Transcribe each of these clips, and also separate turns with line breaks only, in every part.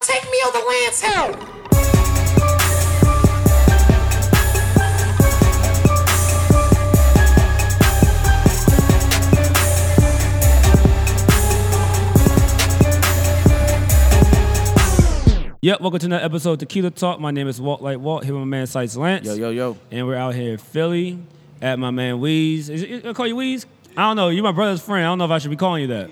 Take me on the Lance Hill!
Yep, welcome to another episode of Tequila Talk. My name is Walt Like Walt, here with my man Sites Lance.
Yo, yo, yo.
And we're out here in Philly at my man Weez. Is it, I call you Weez? I don't know. You're my brother's friend. I don't know if I should be calling you that.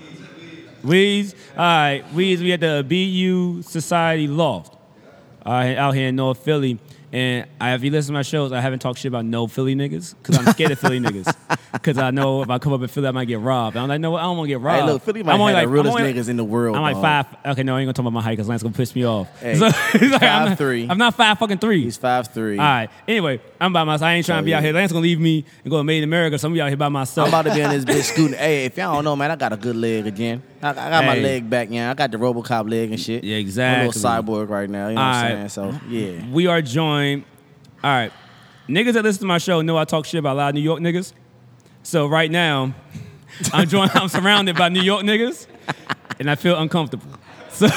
Weez. All right, Weez, we at the BU Society Loft uh, out here in North Philly. And I, if you listen to my shows, I haven't talked shit about no Philly niggas because I'm scared of Philly niggas. Because I know if I come up in Philly, I might get robbed. And I'm like, no, I don't want to get robbed.
Hey, look, Philly might
Uh, I'm only
have the realest
I'm only-
niggas in the world,
I'm like
dog.
five. Okay, no, I ain't gonna talk about my height because Lance gonna piss me off.
Hey,
he's like, I'm not,
5'3".
I'm not five fucking three.
He's five three.
All right. Anyway, I'm by myself. I ain't trying to be
Oh, yeah.
out here. Lance gonna leave me and go to Made in America. Some of y'all here by myself.
I'm about to be on this bitch scooting. Hey, if y'all don't know, man, I got a good leg again. I, I got my
Hey.
leg back, yeah. I got the RoboCop leg and shit.
Yeah,
I'm a
exactly.
little cyborg right now. You know what I'm saying?
All
So yeah,
we are joined. All right, niggas that listen to my show know I talk shit about a lot of New York niggas. So right now, I'm joined. I'm surrounded by New York niggas, and I feel uncomfortable. So, so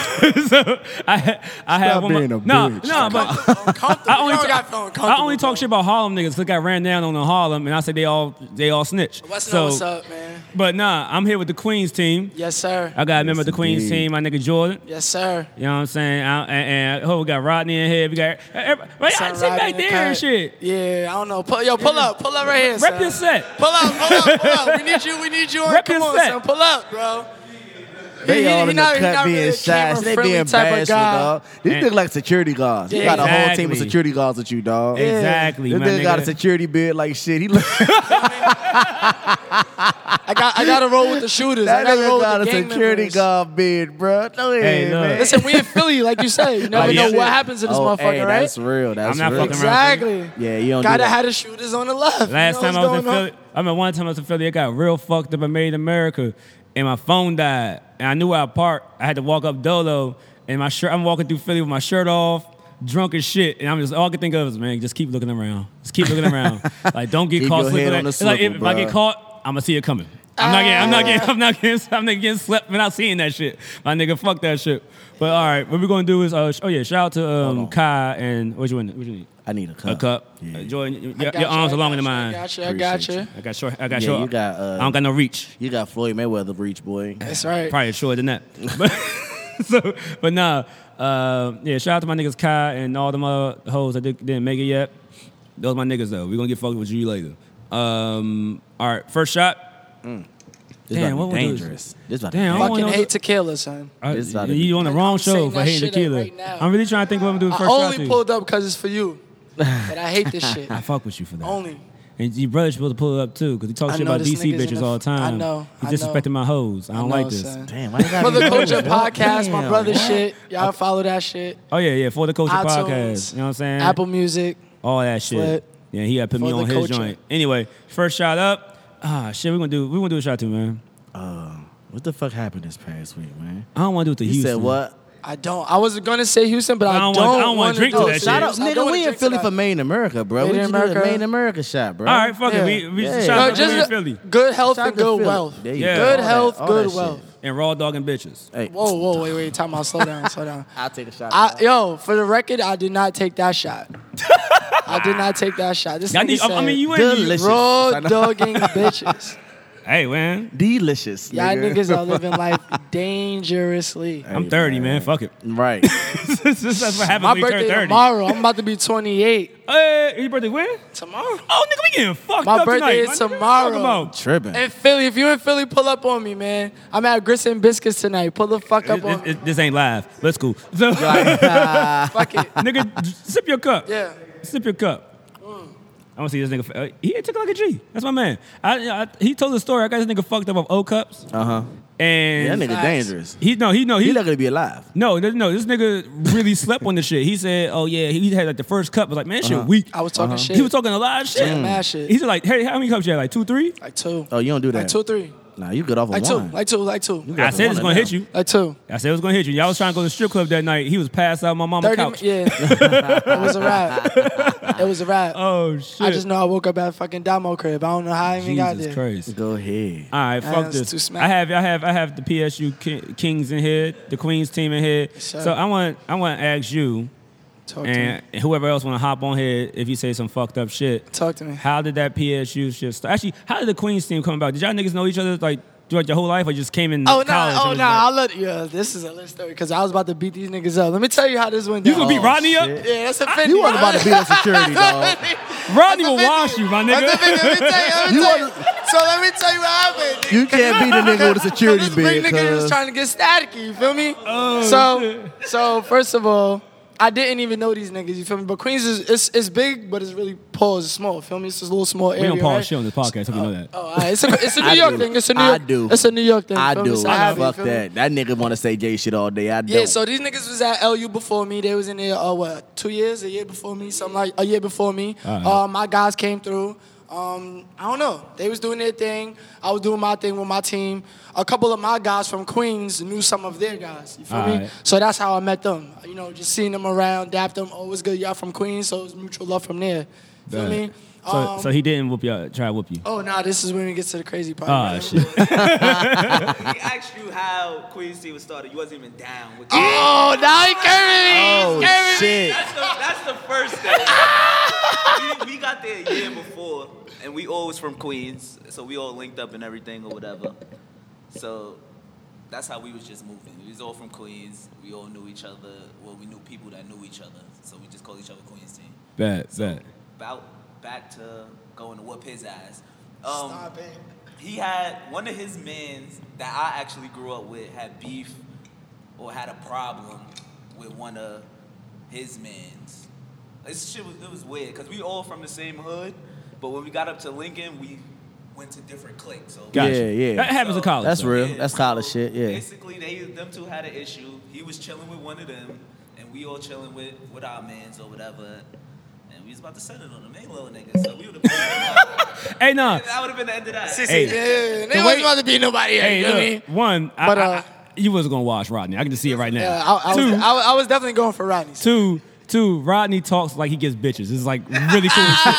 I, I have
Stop
one. more-
being a
no,
bitch.
no, but
Uncomfortable.
I only,
Y'all
ta-
got feeling
I only
comfortable,
talk
bro.
shit about Harlem niggas. Look, I ran down on the Harlem, and I said they all they all snitch.
What's,
so,
up, what's up, man?
But nah, I'm here with the Queens team.
Yes, sir.
I got a member of the Queens
indeed.
team, my nigga Jordan.
Yes, sir.
You know what I'm saying? I, and, and oh, we got Rodney in here. We got everybody, right, I
Son
sit
riding
back
in the
there
cut.
and shit.
Yeah, I don't know. Pull, yo, pull up. Pull up right here.
Rep
son.
your set.
Pull up, pull up, pull up. We need you, we need you on.
Rep
Come
your
on,
set.
son. Pull up, bro.
they
he-
all
he
in
not-
the
he not
cut
really
being
a
shy. They
camera-friendly
being
type of
bashful,
guy.
dog. These
And-
look like security guards. You got a whole team
Exactly.
of security guards with you, dog.
Exactly,
This
my
nigga got
nigga.
a security beard like shit. He look.
I got I gotta roll with the shooters.
that
I gotta roll
nigga got a
with the gang
security
members.
guard beard, bro. No,
Hey,
yeah,
look.
man.
Listen, we in Philly, like you say. You never
Like,
know
yeah.
what happens to this
Oh,
motherfucker,
hey,
right?
That's real. That's
not
real.
fucking around.
Exactly.
Yeah, you don't do
Gotta
that.
have the shooters on the left.
Last
you know
time I
what's
was in
going on?
Philly, I remember one time I was in Philly, I got real fucked up and made in America, and my phone died. And I knew where I parked. I had to walk up Dolo, and my shirt. I'm walking through Philly with my shirt off, drunk as shit, and I'm just all I can think of is, man, just keep looking around, just keep looking around. like, don't get
Keep
caught.
your
slipping
head
like-
on the
it's like, if,
swivel,
if I get
bruh. Ah.
caught, I'm gonna see it coming. I'm not getting, I'm not getting, I'm not getting, I'm not getting slept without seeing that shit. My nigga, fuck that shit. But all right, what we're gonna do is, uh, sh- oh yeah, shout out to um,
on.
Kai and what you want? What you need?
I need a cup.
A cup.
Yeah.
Uh, Jordan, your,
Gotcha,
your arms
I
are longer than
gotcha,
mine.
I gotcha, I gotcha.
Appreciate
I got short. I got
Yeah,
short.
you got,
I
uh,
don't got no reach.
You got Floyd Mayweather reach, boy.
That's right.
Probably shorter than that. But so, but nah. Uh, yeah, shout out to my niggas Kai and all them other hoes that did, didn't make it yet. Those my niggas though. We gonna get fucked with you later. Um, all right, first shot.
This
Damn,
about
what was
to be
this?
dangerous. This about to
Damn,
be
I don't
dangerous.
wanna
Fucking
know
hate tequila, son.
Uh,
This about to be-
you on the
I'm
wrong
saying
show for
that
hating
shit
tequila.
right now.
I'm really trying to think what I'm gonna do
I
first shot.
only
to you.
pulled up because it's for you. But I hate this shit.
I fuck with you for that.
Only.
And your brother's supposed to pull it up too, because he talks
I
shit
know
about
this
DC
nigga's in
bitches
the-
all the time.
I know,
He
I know.
disrespecting my hoes. I don't
I know,
like this.
son.
Damn, why you gotta
For
be
the Culture
dangerous? What?
Podcast, my
Damn.
brother's shit. Y'all follow that shit.
Oh yeah, yeah. For the culture
iTunes,
podcast, you know what I'm saying?
Apple Music.
all that shit.
Slit.
Yeah, he had put me
For the
on his
culture.
joint. Anyway, first shot up. Ah, shit. We gonna do. We gonna do a shot too, man.
What the fuck happened this past week, man?
I don't want to do it to
You
Houston.
said what?
I don't. I was gonna say Houston, but I
don't
don't.
want- I don't wanna
wanna
drink
do
to
it.
that
Shout out,
shit.
I
nigga.
don't wanna
We in
drink to
Philly
that.
for Main America, bro.
Made
We
in
just did a
America.
Main America shot, bro.
All right, fuck
Yeah.
it. We we
Yeah.
shot
No,
out to
just
Philly
good health
Shout
and
to
good
Philly.
wealth.
There you
Yeah.
go.
Good
All that-
health,
all
good
that shit.
wealth.
and raw dog and bitches.
Hey,
Whoa, whoa, wait, wait, time out. Slow down, slow down.
I'll take a shot.
I, yo, for the record, I did not take that shot. I did not take that shot. This
I,
nigga
need, I, I mean, you ain't.
Delicious.
raw
I know.
dogging bitches.
Hey man,
Delicious.
Y'all
nigga.
niggas are living life dangerously.
I'm 30, man. Fuck it.
Right.
That's what happens
My
when you turn
birthday
30.
tomorrow. I'm about to be 28.
Hey, your birthday when?
Tomorrow?
Oh, nigga, we getting fucked
My
up
birthday
tonight.
is
man. What you
tomorrow.
talking about?
Tripping.
In Philly, if you in Philly, pull up on me, man. I'm at Grits and Biscuits tonight. Pull the fuck up
It-
on
it-
me.
it- this ain't live. Let's cool. So,
fuck it.
nigga, j- sip your cup.
Yeah.
Sip your cup. I want to see this nigga. f- uh, He took it like a G. That's my man. I, I, he told the story. I got this nigga fucked up of O cups,
Uh huh. That
and
nigga
Facts.
dangerous.
he no, he no, he
He not gonna be alive.
no, no, no. This nigga really slept on the shit. He said, "Oh yeah, he had like the first cup." I was like, "Man, that
Uh-huh.
shit weak."
I was talking shit.
He was talking a lot of shit.
Mad shit.
He said, "Like, hey, how many cups you had? Like two, three?
Like two.
Oh, you don't do
Like
that.
two, three.
Nah, you good off of
Like two,
one.
like two, like two,
You got
I
the
said it's
one
gonna
now.
hit you.
like two.
I said it was gonna hit you. Y'all was trying to go to the strip club that night. He was passed out on my mama's
Thirty,
couch.
yeah. it was a wrap. It was a wrap.
Oh shit!
I just know I woke up at fucking Damo crib. I don't know how I even got
Jesus
there.
Christ!
Go ahead.
All right, fuck
that's too
this.
smack.
I have, I have, I have the PSU ki- Kings in here, the Queens team in here.
sir.
So I want, I want to ask you
Talk to me.
and whoever else want to hop on here if you say some fucked up shit.
Talk to me.
How did that PSU shit start? Actually, how did the Queens team come about? Did y'all niggas know each other like throughout your whole life, or just came in
Oh no!
college? and
oh
was
no!
like-
I'll let you. Yeah, this is a lit story because I was about to beat these niggas up. Let me tell you how this went
you
down.
Oh,
gonna beat Rodney up?
Yeah, that's offending.
You wasn't about to be on security, dog.
Rodney will wash you, my
That's
nigga.
offending. Let me tell you.
You
Let me tell you. So let me tell you what happened.
You can't beat a nigga with a security
This big
bid.
nigga was
cuz.
trying to get staticky. You feel me?
Oh,
so,
shit.
so first of all, I didn't even know these niggas. You feel me? But Queens is it's, it's big, but it's really Paul is small. You feel me? It's this little small
We
area.
don't pause
right?
shit on this podcast. Hope you know that.
Oh, all right. it's a it's a New
I
York
do.
thing. It's a New
I
York.
do.
It's a New York thing.
I
feel me?
do.
So I have it, you
Fuck
feel me?
that. That nigga want to say J shit all day. I don't.
Yeah, so these niggas was at LU before me. They was in there, uh, what, two years, a year before me, something like a year before me.
Alright.
Uh, my guys came through. Um, I don't know. They was doing their thing. I was doing my thing with my team. A couple of my guys from Queens knew some of their guys. You feel me?
Alright.
So that's how I met them. You know, just seeing them around, dap them. Oh, it's good. Y'all from Queens, so it was mutual love from there. Feel
Bet.
me? Um,
So, so he didn't whoop you. Try to whoop you.
Oh, nah, this is when we get to the crazy part.
Ah
right?
shit.
He asked you how Queen City was started. You wasn't even down with it.
Oh, now he carrying
Oh
me. He's carrying me.
shit.
That's the, that's the first thing. we, we got there a year before, and we all was from Queens, so we all linked up and everything or whatever. So that's how we was just moving. We was all from Queens. We all knew each other. Well, we knew people that knew each other, so we just called each other Queens team.
Bad, bad.
About back to going to whoop his ass. Um,
Stop it.
he had one of his mans that I actually grew up with had beef or had a problem with one of his mans. This shit was it was weird because we all from the same hood, but when we got up to Lincoln, we went to different cliques. So
Gotcha.
Yeah, yeah.
That happens in
So-
college.
That's
though.
real. That's college shit, yeah.
Basically, they them two had an issue. He was chilling with one of them, and we all chilling with with our mans or whatever. And we was about to send it on them. They little niggas, so we would have. that
Hey, nah.
would have been the end of that.
Hey.
Yeah,
The
they
way-
wasn't about to be nobody.
Hey,
you know what I mean?
look, one, I,
But,
I-
uh,
I- you wasn't gonna watch Rodney. I can just see it right now.
Yeah, Uh, I, I,
two,
was, I, was- I was definitely going for Rodney.
two, two. Rodney talks like he gets bitches. It's like really cool. shit.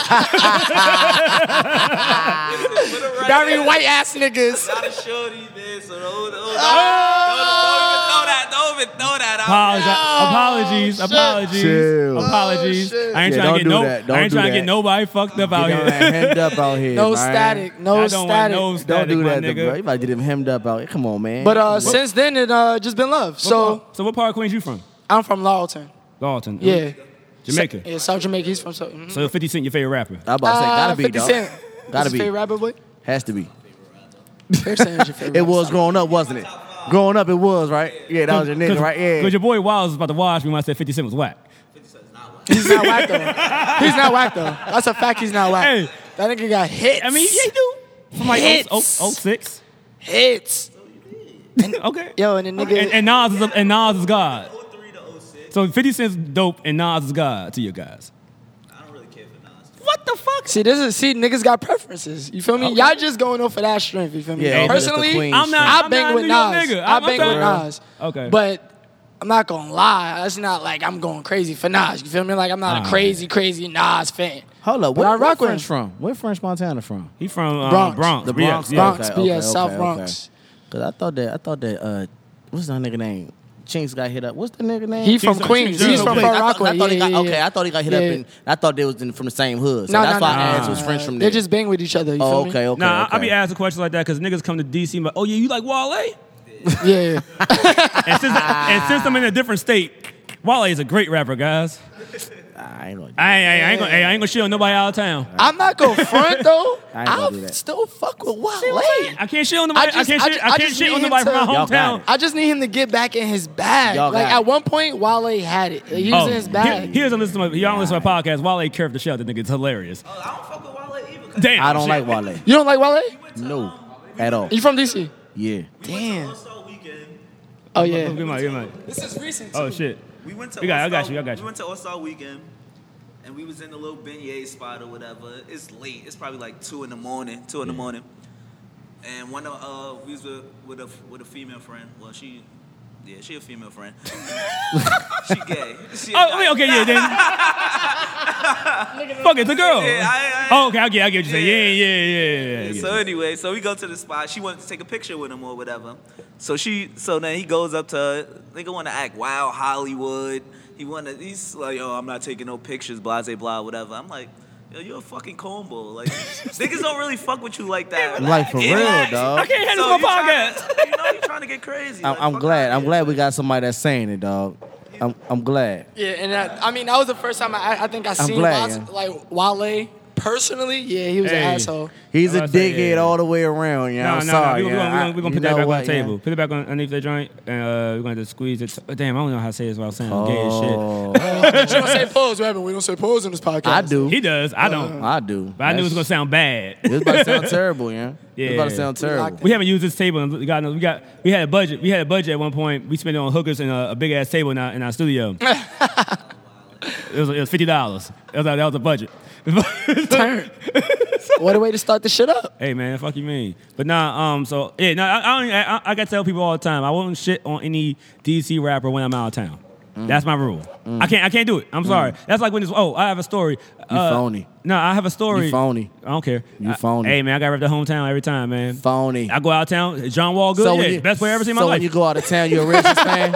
Very white ass niggas.
Not a shorty, man. So don't, don't, don't, don't, even throw that. Don't even throw that out.
Apologi- apologies, apologies,
Chill.
apologies.
Oh, Oh, shit.
I ain't
Yeah,
trying
don't
to get
do
no,
that. Don't
I ain't
do
trying to
that.
get nobody fucked up out
You know,
here.
hemmed up out here.
No
man.
static. No
I don't want
static.
no
Don't
static,
do that,
my
to bro. You
nigga.
about to get him hemmed up out here. Come on, man.
but uh, since then, it uh, just been love.
So,
So
so what part Mm-hmm. of Queens you from?
I'm from Lawton.
Dalton.
Yeah.
Jamaica.
Yeah, South Jamaica. He's from South. mhm.
So 50 Cent, your favorite rapper.
I about to say,
Uh,
gotta be,
50
dog.
Cent. This
Gotta
is
be.
Favorite rapper boy.
Has to be.
Fair Cent is your favorite.
It was growing up, wasn't it? Growing up, it was right. Yeah, that was your nigga, right?
Because
Yeah.
your boy Wiles was about to watch me when I said 50 Cent was whack.
He's not whack though. He's not whack though. That's a fact. He's not whack.
Hey.
That nigga got hits.
I mean, yeah, he do. From like
Hits.
06.
hits.
Okay.
Yo, and the nigga.
And, and Nas is a, and Nas is God. So 50 Cent's dope and Nas is God to you guys.
I don't really care for Nas.
What the fuck?
See, this is see, niggas got preferences. You feel me? Y'all just going off for that strength. You feel me?
Yeah, but it's the
Personally,
queen
I'm not.
I
I'm
bang
not a
with
New York
Nas.
Nigga.
I
I'm- I'm
bang with
sorry.
Nas.
Okay.
But I'm not gonna lie. It's not like I'm going crazy for Nas. You feel me? Like I'm not
Alright.
a crazy, crazy Nas fan.
Hold up.
But
Where,
I
where
rock with
French
him.
from? Where French Montana from?
He from uh,
Bronx.
Bronx.
The Bronx.
Yeah.
Bronx, BS, South Bronx.
Cause I thought that I thought that uh, what's that nigga name? Chinks got hit up. What's the nigga name?
He from
from-
Queens.
he's
He's
from
from
Wait,
Far
I thought-
Rockaway.
I thought he got,
Yeah, yeah,
okay,
yeah.
I thought he got hit up,
Yeah.
and I thought they was in, from the same hood. So
Nah,
that's
nah,
why
nah,
I
nah,
asked was
nah.
French from
They
there.
just bang with each other. You
oh,
feel
okay,
me?
okay.
Nah, I, I
okay.
be asking questions like that because niggas come to DC and be like, oh yeah, you like Wale?
Yeah.
And since, and since I'm in a different state, Wale is a great rapper, guys.
I ain't gonna. do
I ain't, I ain't, gonna, I ain't gonna shit on nobody out of town.
I'm not gonna front though.
I ain't gonna do
I
that.
still fuck with Wale.
I can't shit on nobody. I,
just-
can't
I
shit.
ju-
I,
I
can't
just
shit on
need
nobody from my
to-
Y'all got
hometown.
it.
I just need him to get back in his bag.
Y'all
like
got
at
it.
one point, Wale had it. He
Oh,
was in his
here,
bag.
here's a listen to my, y'all listen to my podcast. Wale curved the shell. That nigga, it's hilarious.
Oh, I don't fuck with Wale either. 'cause
Damn,
I don't
shit.
like Wale.
you don't like Wale?
um,
No, at all.
You from DC?
Yeah.
We went to
Damn.
All-Star weekend.
Oh
Oh,
yeah.
give my, give my.
This is recent.
Oh shit.
We went to.
You got- I
All-Star-
got you, I got you.
We went to All Star weekend, and we was in the little beignet spot or whatever. It's late. It's probably like two in the morning. Two in the morning. and one of uh, we was with, with a with a female friend. Well, she, yeah, she a female friend. she gay. She a
Oh,
guy.
wait, okay, yeah, then. Fuck it, it's a girl.
Yeah, I- I-
oh, okay, I get, I get what you say. Yeah,
Yeah.
yeah, yeah, yeah. yeah,
Yeah,
yeah.
so anyway, so we go to the spot. She wants to take a picture with him or whatever. So she, so then he goes up to her. Nigga want to act wild Hollywood. He want to. He's like, yo, I'm not taking no pictures. Blah, blah, blah, whatever. I'm like. Yo, you're a fucking combo. Like niggas don't really fuck with you like that.
Like, for
Yeah,
real,
relax.
dog.
I can't handle
So
my podcast.
you tryna- you know you trying to get crazy.
I'm,
Like,
I'm
fuck
glad.
outta
I'm
here.
glad we got somebody that's saying it, dog. I'm, I'm glad.
Yeah, and that, I mean that was the first time I, I think I seen
glad,
Waz- like Wale personally. Yeah, he was
Hey.
an asshole.
He's a
I'm saying,
dickhead
yeah.
all the way around. Yeah,
No,
I'm
no,
sorry.
no. We're
yeah.
gonna,
I-
we gonna
you
put that
know
back on
what,
the
yeah.
table. Put it back on underneath the joint, and uh, we're gonna just squeeze it. Damn, I don't know how to say this without saying I'm gay
Oh,
But you don't say pose, Reverend. We don't say pose in this podcast.
I
as shit. He
do.
does. I don't.
I do.
but I knew it was gonna
Uh, That's-
sound bad.
It was about to sound terrible, yeah. It was about to
Yeah.
sound terrible.
we haven't used this table. And God knows we got. We had a budget. We had a budget at one point. We spent it on hookers and a, a big ass table in our, in our studio. it, was, it was fifty dollars. That was, that was a budget.
What a way to start the shit up.
Hey man, fuck you mean. But nah, um, so yeah, no, I, I, don't- I, I, I gotta tell people all the time, I won't shit on any DC rapper when I'm out of town.
Mm.
That's my rule. I can't, I can't do it. I'm sorry. That's like when it's oh, I have a story. You
phony.
No, I have a story.
You phony.
I don't care.
You
I-
phony.
hey man, I gotta rep the hometown every time, man.
Phony.
I go out of town. John Wall, good. yeah, best player I ever seen in
so
my
when
life.
you go out of town, you're a Redskins fan.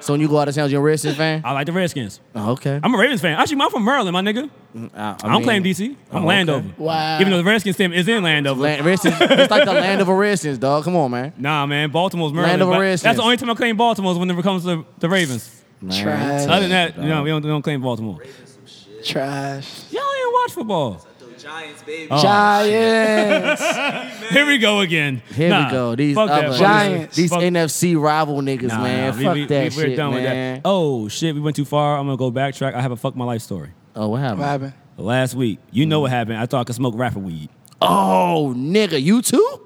so when you go out of town, you're a Redskins fan.
I like the Redskins.
Oh, okay.
I'm a Ravens fan. Actually, I'm from Maryland, my nigga.
I, oh,
I, don't claim DC. I'm Landover.
Wow.
Even though the Redskins team is in Landover.
Land, Redskins, it's like the land of a Redskins, dog. Come on, man.
Nah, man, Baltimore's Maryland.
Land of
but
Redskins.
That's the only time I claim Baltimore is when it comes to the Ravens.
Man,
Trash.
you
Other than
tough,
that, no, we don't, we don't claim Baltimore.
Trash.
Y'all ain't watch football.
The Giants, baby.
Oh.
Giants.
Here we go again.
Here
Nah,
we go. These
fuck that.
other
Fuck
Giants.
these
Fuck-
NFC rival niggas,
Nah,
man.
nah,
fuck
we, we,
that
we, we're
shit,
done
man.
with that. Oh shit, we went too far. I'm gonna go backtrack. I have a fuck my life story.
Oh, what happened?
What happened?
Last week, you
Mm.
know what happened. I thought I could smoke rapper weed.
Oh, nigga, you too?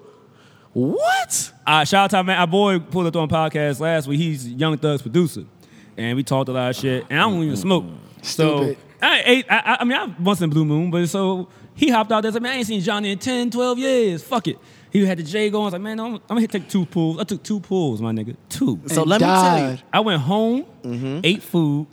What?
Uh, shout out to my, our boy pulled up on podcast last week. He's Young Thug's producer, and we talked a lot of shit. And I don't even smoke, so
Stupid.
I ate. I, I- I mean, I once in a blue moon, but so he hopped out there. Said, "Man, I ain't seen Johnny in 10, 12 years. Fuck it." He had the J going. I was like, "Man, I'm, I'm gonna take two pulls. I took two pulls, my nigga. Two.
So let me tell you.
died.
I went home,
Mm-hmm.
ate food,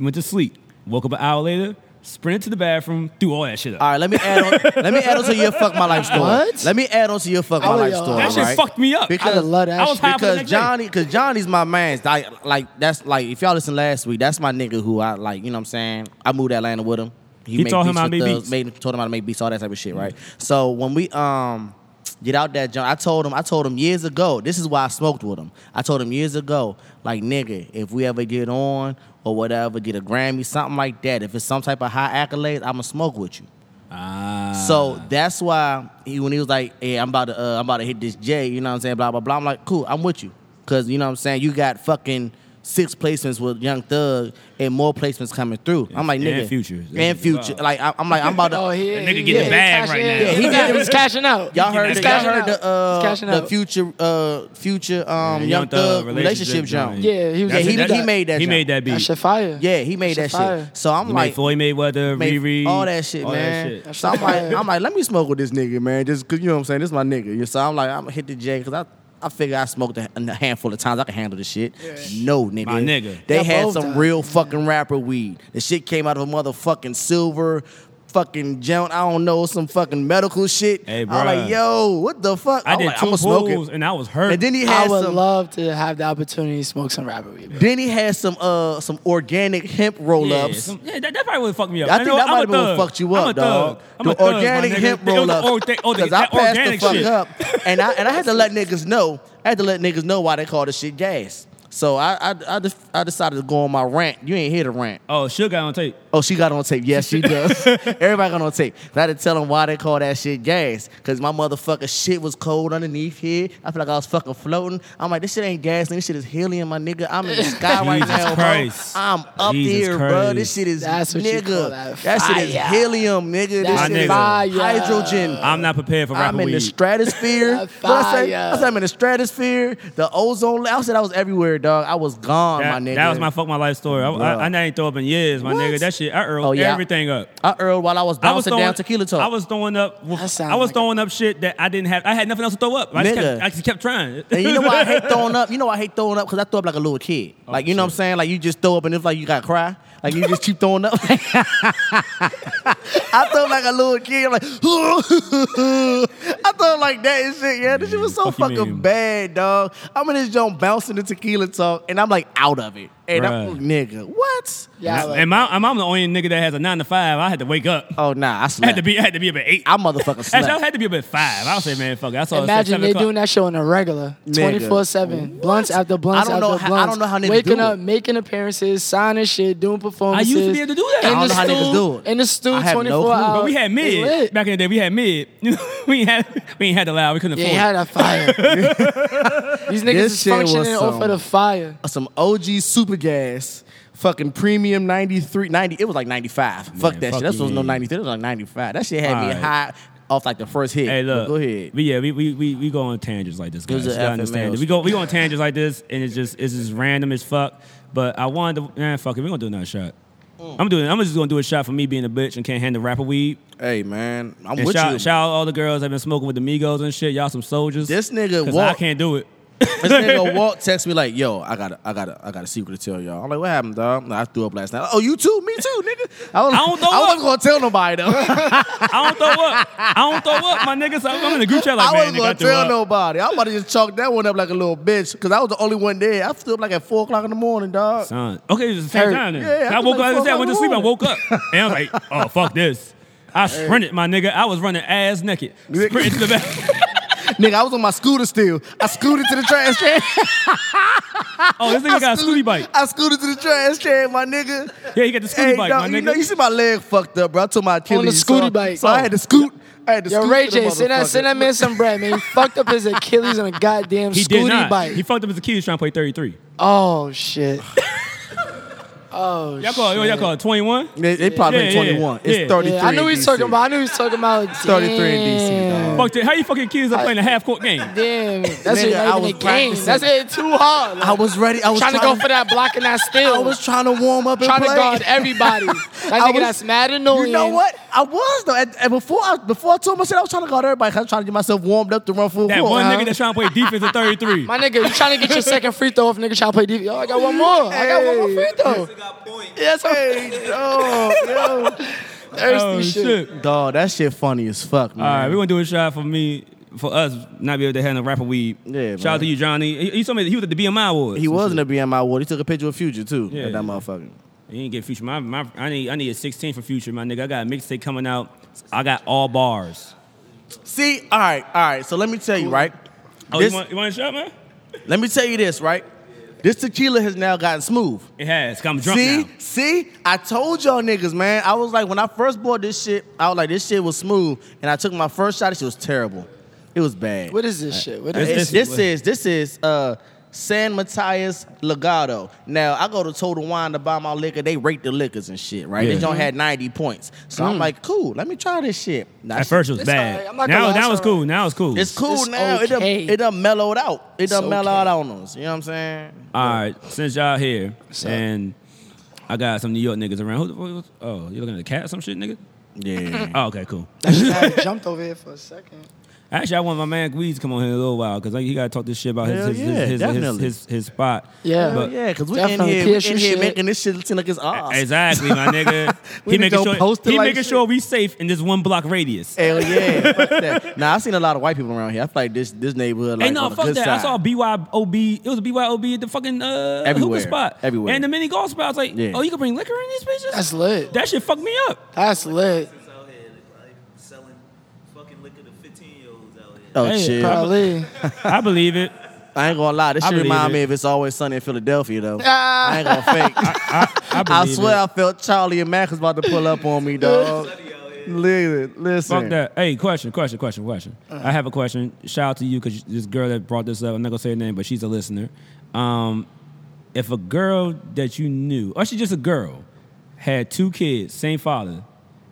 went to sleep. Woke up an hour later, sprinted to the bathroom, threw all that shit up.
All right, let me add on. let me add on to your fuck my life story.
What?
Let me add on to your fuck my
Oh,
life
yeah.
story.
that shit
right?
fucked me up.
Because-
I love that
I was
shit.
high for the
because
next day.
Johnny, because Johnny's my man's like, like that's like if y'all listen last week, that's my nigga who I like. You know what I'm saying? I moved to Atlanta with him.
He told him how to
with
make
us,
beats.
Made, told him how to make beats, all that type of shit, right? So when we um get out that John, I told him, I told him years ago. This is why I smoked with him. I told him years ago, like nigga, if we ever get on or whatever, get a Grammy, something like that. If it's some type of high accolades, I'ma smoke with you.
Ah.
So that's why he, when he was like, "Hey, I'm about to, uh, I'm about to hit this J," you know what I'm saying? Blah blah blah. I'm like, "Cool, I'm with you," because you know what I'm saying. You got fucking six placements with Young Thug and more placements coming through. I'm like,
And
"Nigga,
Future.
and future." Like, I, I'm like, I'm about to.
Oh, he,
That
he-
nigga get the
yeah,
bag
cash
right
in.
now.
Yeah, he got, it was cashing out.
Y'all heard,
He's
the, y'all
cashing
heard the,
out.
uh,
He's cashing
the
out.
future, uh, future, um,
Young
Young, Thug,
Thug
relationship
relationship
jump.
joint.
Yeah, he was.
Yeah,
That's
he,
it. That-
he made that.
He
jump.
made that beat.
That shit fire.
Yeah, he made that
That's
shit.
fire.
So I'm
He made
like,
Floyd Mayweather,
made
Riri,
all that shit,
all that
man.
shit.
So I'm like, I'm like, let me smoke with this nigga, man, just cause you know what I'm saying. This is my nigga. You- So I'm like, I'm gonna hit the J because I. I figure I smoked a a handful of times. I can handle this shit. No, nigga.
My nigga.
They
Yeah,
had
both
some
times.
real fucking rapper weed. The shit came out of a motherfucking silver fucking joint. I don't know, some fucking medical shit.
Hey,
I'm
bruh.
like, yo, what the fuck?
I
I'm
did
like,
two
I'ma
pulls
smoke it.
and I was hurt.
And then he
I
had
would
some
love to have the opportunity to smoke some rapper weed. bro.
then he had some uh some organic hemp roll
yeah,
ups.
some- yeah, that, that probably would fuck me up.
I
And
think
know
that
what? I'm
might have
a
been what
thug.
fucked you
I'm
up,
a thug.
dog.
I'm a
The
thug, my
organic
nigga.
hemp
It was
roll
the
up.
or- they- oh, they-
I
that
passed the
organic
fuck
shit.
up, and I and I had to let niggas know. I had to let niggas know why they call this shit gas. So I I I, just, I decided to go on my rant. You ain't hear the rant.
Oh, sugar on tape.
Oh, she got on tape. Yes, she does. Everybody got on tape. I had to tell them why they call that shit gas. Cause my motherfucker shit was cold underneath here. I feel like I was fucking floating. I'm like, this shit ain't gas, nigga. This shit is helium, my nigga. I'm in the sky right
Jesus
now,
Christ.
bro. I'm up
Jesus
here, bro. This
Christ.
shit is
That's what you
nigga.
call that
shit is
fire.
helium, nigga. This
That's
shit is
fire.
hydrogen.
I'm not prepared for rapper
I'm in
weed.
the stratosphere. What I say? I
Fire.
said I'm in the stratosphere. The ozone. la- I said I was everywhere, dog. I was gone,
That,
my nigga.
that was my fuck my life story. I, I,
Bruh.
I, ain't throw up in years, my
What?
nigga. That shit, I earled
Oh, yeah.
everything up.
I earled while I was
I was
bouncing
throwing
down tequila talk.
I was throwing up.
That sounds
I was
like
throwing up shit that I didn't have. I had nothing else to throw up. I, just
Nigga.
kept, I just kept trying.
and you know why I hate throwing up? You know why I hate throwing up? Because I throw up like a little kid.
Oh,
like, you know what I'm saying? Like, you just throw up and it's like you got to cry. Like, you just keep throwing up. I throw up like a little kid. I'm like, I throw up like that and shit. Yeah, this shit was so
Man, fuck you
fucking
mean.
bad, dog. I'm in this joint bouncing the tequila talk and I'm like out of it. And I'm,
Bruh.
nigga, what?
Yeah, like,
and my, I'm, I'm the only nigga that has a nine to five. I had to wake up.
Oh, nah, I
I
slept.
had to be. I had to be up at eight.
I mmotherfucking
Actually, I
slept.
had to be up at five. I was say, man, fuck. it. I saw
Imagine they
it. at 7
doing
o'clock.
that show on a regular,
Nigga.
twenty four seven, blunts after blunts
I don't know how-
after
I
blunts.
don't know how niggas
waking
do
up,
it.
making appearances, signing shit, doing performances.
be able to do that.
In
I
don't
the
know how niggas
stew-
do it.
In the stew,
I have no
twenty four
clue.
hours.
But we had
It's
mid
lit.
back in the day. We had mid. You know, we ain't had we ain't had the loud. We couldn't
Yeah,
afford.
you had a fire. These niggas
This
is
shit was
functioning off
some-
of the fire.
some OG super gas, fucking premium 93, 90. It was like 95. Fuck that
fuck
shit. That was
yeah.
no 93. It was like 95. That shit had me
Alright.
high off like the first hit.
Hey,
But
look.
Go ahead.
But yeah, we we we, we go on tangents like this, guys.
was
You
a
gotta
FML
understand it. We go we go on tangents like this, and it's just it's just random as fuck. But I wanted to, man, fuck it. We are gonna do another shot.
Mm.
I'm doing. I'm just gonna do a shot for me being a bitch and can't handle rapper weed.
Hey, man. I'm
And
with
shout,
you.
shout out all the girls that been smoking with the Migos and shit. Y'all some soldiers.
This nigga
'Cause I
walk-
can't do it.
this nigga Walt text me like, yo, I got to I got a, I got a secret to tell y'all. I'm like, what happened, dog? I threw up last night. Oh, you too? Me too, nigga. I, was,
I don't throw
I
up.
wasn't going to tell nobody, though.
I don't throw up. I don't throw up, my niggas. I'm I'm in the group chat like,
I
man,
wasn't
nigga, I
going to
threw
tell
up.
nobody. I'm about to just chalk that one up like a little bitch because I was the only one there. I stood up like at 4 o'clock in the morning, dog.
Son. Uh, Okay, it was the same
Hey.
time then.
Yeah,
And
I
I woke up,
thought
like I said, I
it
went to
was
sleep, I
morning.
woke up. And I was like, oh, fuck this. I sprinted, my nigga. I was running ass naked. Sprinted to the back.
Nigga, I was on my scooter still. I scooted to the trash can.
Oh, this nigga got a scooty bike.
I scooted to the trash can, my nigga.
Yeah, he got the scooty
Hey,
bike,
dog,
my
you know, you
nigga.
see my leg fucked up, bro. I took my Achilles.
scooty
so,
bike.
So I had to scoot. I had to
Yo,
scoot
Ray
to the
J, send that, send that
motherfucker.
man some bread, man. He fucked up his Achilles on a goddamn
He did
scooty
not. He
bike.
fucked up his Achilles trying to play 33.
Oh, shit. Oh,
Y'all call, yo, y'all
shit.
call it 21?
They, they probably
Yeah,
in
yeah,
21.
yeah.
It's 33.
Yeah, I knew he was
in
talking
DC.
about. I knew he was talking about.
33 in DC,
damn,
dog.
Fuck that. How you fucking kids up playing a half court game?
Damn, that's
Nigga,
it,
I
not
was
even a game.
practicing.
That's it too hard. Like,
I was ready. I was
trying to go for that block and that steal.
I was trying to warm up and
trying
play.
to guard everybody. That nigga
was-
that's mad annoying.
You know what? I was though. And, and before I before I told myself I was trying to guard everybody, 'cause I was trying to get myself warmed up to run full
That
court. Uh-huh.
one
huh?
nigga that's trying to play defense at 33.
My nigga, you trying to get your second free throw if nigga trying to play defense. Oh, I got one more. I got one more free throw.
They got points.
Yes, I'm
Hey, dog, yo.
thirsty
Oh,
shit.
shit.
Dog, that shit funny as fuck, man.
All right, we're gonna do a shot for me, for us not be able to handle rapper weed.
Yeah,
Shout
man.
out to you, Johnny. He, he told me that he was at the BMI Awards.
He was in the BMI award. He took a picture with Future too.
Yeah.
at that motherfucker.
You didn't get future. My, my, I need, I need a 16 for future, my nigga. I got a mixtape coming out. I got all bars.
See, all right, all right. So let me tell you, right?
Oh,
This-
you, want, you want a shot, man?
let me tell you this, right? This tequila has now gotten smooth.
It has. 'cause I'm drunk
see,
now.
see, I told y'all niggas, man. I was like, when I first bought this shit, I was like, this shit was smooth, and I took my first shot. This shit was terrible. It was bad.
What is this shit? What is
This-
this?
It's- this, is this is uh San Matias Legato. Now I go to Total Wine to buy my liquor. They rate the liquors and shit, right? They
Yeah. Mm.
don't had ninety points, so I'm like, cool. Let me try this shit. Now,
At first, it was
It's
bad.
alright. I'm not gonna
now,
lie,
now it's
it's
cool. Now it's cool.
it's cool
it's
now. It done
okay.
it done mellowed out. It done
It's
mellowed out
okay.
on us. You know what I'm saying?
all right, since y'all here
up?
and I got some New York niggas around. Who, the- who- oh, you looking at a cat or some shit, nigga?
Yeah.
Oh, okay, cool.
I jumped over here for a second.
Actually, I want my man Weeds to come on here in a little while because he got to talk this shit about his
Hell
his,
yeah,
his, his, his,
definitely.
his his spot.
Yeah.
But-
yeah, because we in
Definitely.
here, we in
Kiss
here
your shit.
making this shit seem like it's ours.
Exactly, my nigga.
We
he
need to
making
go
sure
post it
he
like
making
shit.
sure we safe in this one block radius.
Hell yeah. fuck that. Now I seen a lot of white people around here. I feel like this this neighborhood like
hey, no,
on the
fuck
good
that. I
side.
saw a BYOB. It was a BYOB at the fucking uh,
Everywhere.
hookah spot.
Everywhere.
And the mini golf spot. I was like,
Yeah.
oh, you can bring liquor in these bitches?
That's lit.
That shit fucked me up.
That's lit.
It's out here like selling fucking liquor to 15 year olds out here.
Oh
Hey,
shit!
probably.
Probably.
I believe it.
I ain't gonna lie, this
I
should
believe
remind
it.
me if it's always sunny in Philadelphia though.
Ah.
I ain't gonna fake.
I
I
believe
swear
it.
I felt Charlie and Mac was about to pull up on me, dog. Listen, listen.
Fuck that. Hey, question, question, question, question. I have a question. Shout out to you because this girl that brought this up, I'm not going to say her name, but she's a listener. Um, if a girl that you knew, or she's just a girl, had two kids, same father,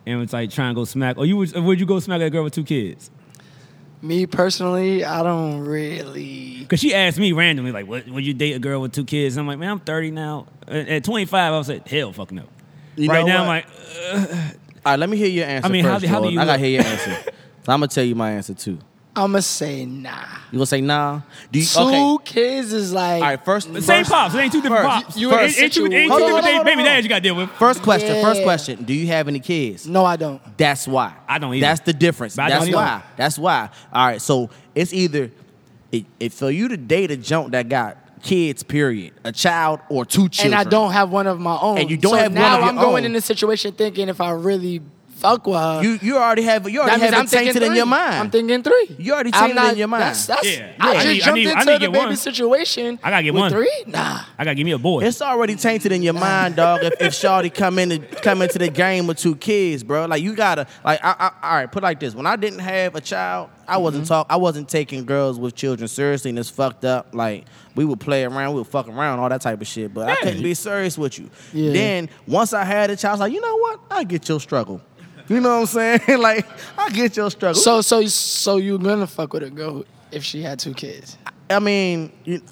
and was like trying to go smack, or you would, would you go smack at a girl with two kids?
Me personally, I don't really.
Cause she asked me randomly, like, "What would you date a girl with two kids?" And I'm like, "Man, I'm 30 now. At at 25, I was like, hell, fuck no."
You
right
know
now,
what?
I'm like,
All right, let me hear your answer.
I mean, how
first,
do- how do
Jordan.
you-
I gotta hear your answer. I'm gonna tell you my answer too.
I'ma say nah.
You gonna say nah? Do you,
Two
okay.
kids is like.
All right, first,
same
first-
pops. It ain't two different
first-
pops.
you in a
Ain't- ain't two, ain't two
situation-
Hold on,
different
hold on,
baby
hold on.
dads you got to deal with.
First question. First
Yeah.
question. Do you have any kids?
No, I don't.
That's why.
I don't either.
That's the difference.
But I
That's
don't either.
why. That's why. All right. So it's either it, it for you to date a junk that got kids. Period. A child or two children.
And I don't have one of my own.
And you don't
so
have one
now
of your
I'm going
own.
in this situation thinking if I really fuck with her,
You you already have you already
that means
have
I'm
it tainted
thinking
in your
three.
mind.
I'm thinking three.
You already
I'm
tainted in
not-
your mind.
That's, that's,
Yeah.
I
Yeah. I
just
need- I
jumped
need- I
into
need to
the
get
baby
one.
situation.
I gotta get
with
one.
Three? Nah.
I got to give me a boy.
It's already tainted in your mind, dog. If, if Shawty come in come into the game with two kids, bro, like you gotta like I, I all right. Put it like this: when I didn't have a child, I wasn't
Mm-hmm.
talk. I wasn't taking girls with children seriously, and it's fucked up. Like we would play around, we would fuck around, all that type of shit. But I couldn't be serious with you.
Yeah.
Then once I had a child, I was like, you know what? I get your struggle. You know what I'm saying? like I get your struggle.
So so so you gonna fuck with a girl if she had two kids?
I mean, you,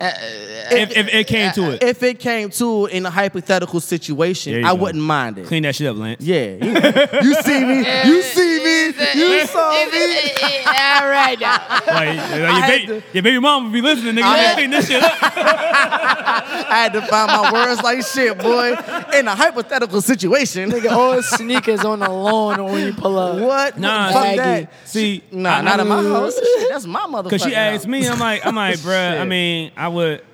if, if it came to it,
if it came to in a hypothetical
There
situation,
you
I
go.
wouldn't mind it.
clean that shit up, Lance.
Yeah, you, you see me, you see me, you saw me.
All right now.
Like, like your, ba- your baby mom would be listening, nigga.
I
You
had-
had, clean this shit up.
I had to find my words like shit, boy. In a hypothetical situation,
Nigga, all his sneakers on the lawn when you pull up.
what?
Nah,
fuck
see-
that.
see,
nah,
I-
not in my
I-
house. Shit, that's my motherfucker.
Because she asked me, I'm like, I'm like, bruh, I
Shit.
mean, I would,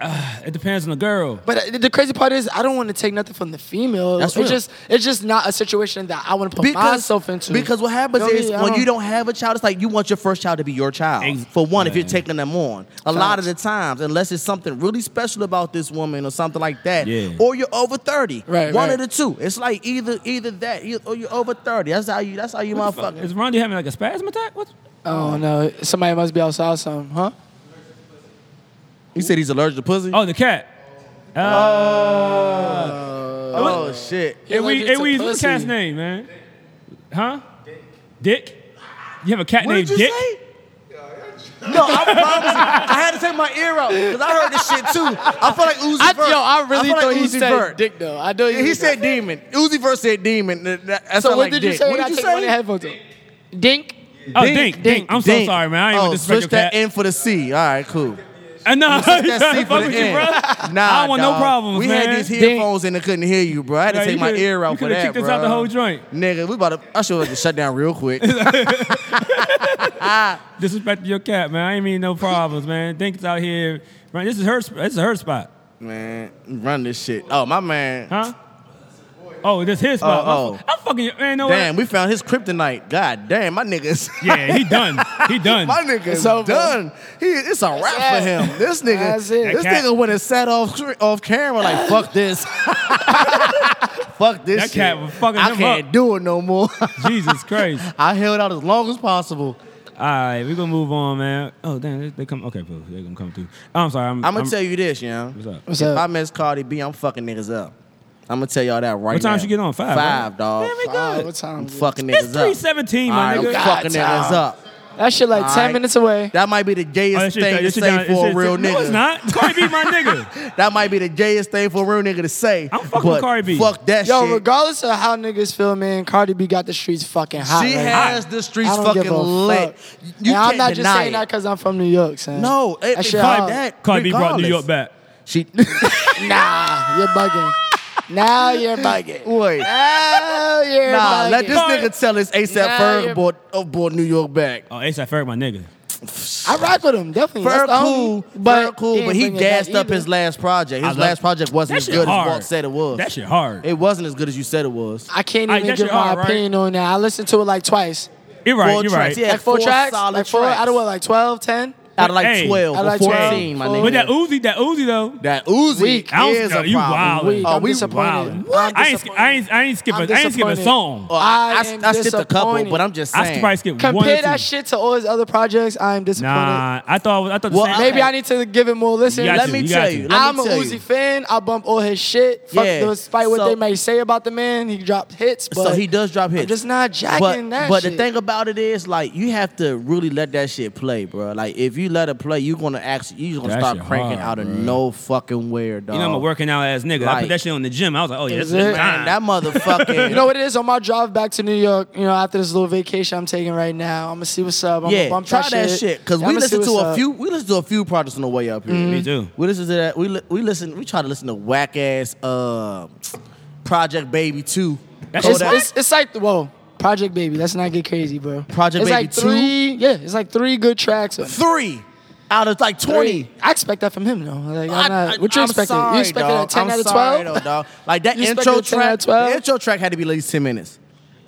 uh, it depends on the girl.
But uh, the crazy part is, I don't want to take nothing from the female.
That's real.
it's just it's just not a situation that I want to put myself into.
because what happens
You know what I
is
mean? I
when you don't have a child, it's like you want your first child to be your child.
Ex-
For one, if you're
Man.
taking them on, a lot of the times, unless it's something really special about this woman or something like that,
Yeah.
or you're over thirty,
Right,
One
right.
of the two. It's like either either that either- or you're over thirty. That's how you. That's how you motherfucking.
Is Rondi having like a spasm attack? What?
Oh no, somebody must be outside something, huh?
You said he's allergic to pussy.
Oh, the cat. Uh,
Oh, shit.
Hey, we,
Allergic
hey,
to
Weez, what's
pussy.
the cat's name, man? Huh? Dick. You have a cat
What
named
did you
Dick?
say? No, I promise you, I had to take my ear out because I heard this shit too. I feel like Uzi
I,
Vert.
yo, I really
feel
thought
like
he
Uzi
said
Vert.
dick though. I know
Yeah, He said demon. Uzi Vert said demon. That- that- that
So
sound
what
like
did you
dick.
say?
What
I
did you
take one of the
say?
headphones. off. Dink.
Oh, Dink, Dink. I'm so
Dink.
sorry, man. I ain't
oh,
want to disrespect
switch
your
that
cat.
in for the C. All right, cool.
Uh, no,
Switch
you
that
trying
C
to
for
fuck
the
with you,
N.
bro.
Nah,
I don't want no
dog.
problems,
we
man.
had these
Dink.
headphones in and couldn't hear you, bro. I had to
Nah,
take
you
my
coulda-
ear out
you
for
coulda
that,
kicked us out the
bruh.
whole joint.
Nigga, we about to. I should have to shut down real quick.
Disrespect your cat, man. I ain't mean no problems, man. Dink's out here. Right, this is her. sp- This is her spot,
man, run this shit. Oh, my man.
huh? Oh, this his spot.
Oh,
My- I'm fucking man. No
Damn, we found his kryptonite. God damn, my niggas.
Yeah, he done. He done.
My nigga's
It's over.
done. He, it's a wrap for
it.
him. This nigga,
That's it.
That
this
cat-
nigga went and sat off scre- off camera like fuck this, fuck this.
That
shit.
cat was fucking
I
him
can't
up.
do it no more.
Jesus Christ.
I held out as long as possible.
All right, we gonna move on, man. Oh damn, they, they come. Okay, cool. They gonna come through. I'm sorry. I'm,
I'm gonna tell you this, you know.
What's up?
What's
If I
up?
miss Cardi B, I'm fucking niggas up. I'm gonna tell y'all that right
What time
now.
she get on? Five,
Five,
right?
dog.
Damn, it,
Five,
good.
what time
I'm
is it?
fucking niggas
It's three
up.
seventeen, my
All right,
nigga.
I'm fucking
God,
niggas up.
That shit like
All
ten
right.
minutes away.
That might be the
Oh,
gayest
that shit-
thing
that
to
shit
say
down- it's-
for a
it's-
real nigga.
No, it's not. Cardi B, my nigga.
That might be the gayest thing for a real nigga to say.
I'm fucking
but
Cardi B.
Fuck that
Yo,
shit.
regardless of how niggas feel, man, Cardi B got the streets fucking hot.
she
right
has
now.
the streets
I don't give
fucking
a
lit.
fuck.
You you
and
can't
I'm
deny
not just saying
it.
that because I'm from New York, son.
No, it,
That
it,
shit
fuck
hard.
that.
Cardi B brought New York
regardless.
back.
She
Nah, you're bugging. now you're bugging.
wait.
Now you're
Nah,
bugging.
let this nigga tell his ASAP
Nah,
Ferg
you're-
brought, oh, brought New York back.
Oh, ASAP Ferg, my nigga.
I rock with him definitely.
Ferg
That's the
cool,
homie,
but
but
cool, but he
ain't bringing it back
gassed up
either.
his last project.
I
His
love-
last project
That
wasn't as
shit
good
hard.
as Walt said it was.
That shit hard.
It wasn't as good as you said it was.
I can't
Aight,
even
that
give
shit
my
hard, right?
opinion on that. I listened to it like twice.
You're right.
Four
You're
tracks,
right.
yeah.
like four,
four
tracks,
solid
like four
tracks.
out of what, like 12, 10?
out of like
Hey.
12 or
Out of like
14,
12.
my
But
nigga.
But that Uzi, that Uzi though.
That Uzi
Weak.
I don't-
is
uh,
a
you
problem.
wildin'.
Weak.
Oh,
I'm
we
disappointed.
wildin'.
What?
I ain't, sk- I ain't, I ain't skip a,
I'm
I ain't skip a
disappointed.
song.
Oh, I,
I
I,
am
I skipped a couple,
disappointed.
but I'm just saying.
I should probably skip one or
Compare
two.
that shit to all his other projects. I am disappointed.
nah, I thought I thought the
Well,
same.
I-
Maybe I need to give it more listen.
You got
Let
to,
me
you got
tell
to.
you. Let
I'm
me
a
tell
Uzi
you.
fan. I bump all his shit. Fuck,
Yeah.
despite what
So-
they may say about the man, he dropped hits. But
so he does drop hits.
I'm just not
but,
jacking that
but
shit.
the thing about it is, like, you have to really let that shit play, bro. Like, if you let it play, you're gonna actually, you're just gonna
That
start
shit
cranking
hard,
out of
bro.
no fucking where, dog.
You know I'm a working out ass nigga. I put
Like-
that shit on the gym. I was like, oh yeah,
Is
this is
it?
mine.
Man, that motherfucking.
You know what it is? On my drive back to New York, you know, after this little vacation I'm taking right now, I'm gonna see what's up. I'm
yeah,
gonna bump
try
that,
that
shit.
shit because
Yeah,
we
I'ma see
listen to
what's
a
up.
few. We listen to a few projects on the way up here.
Me too.
We listen to that. We li- we listen. We try to listen to whack ass uh, Project Baby Two.
That
It's,
shit's
Kodak-
it's, it's like whoa, Project Baby. Let's not get crazy, bro.
Project
it's
Baby
like three. Yeah, it's like three good tracks. on it.
three out of like twenty.
Three. I expect that from him though. Like, I'm
I-
not,
I-
what you
I'm
expected?
sorry,
you expected
dog.
a 10
I'm
out of
sorry,
12?
though, dog. Like that
You expected
intro
a 10 out
track,
of 12?
the intro track had to be at least ten minutes,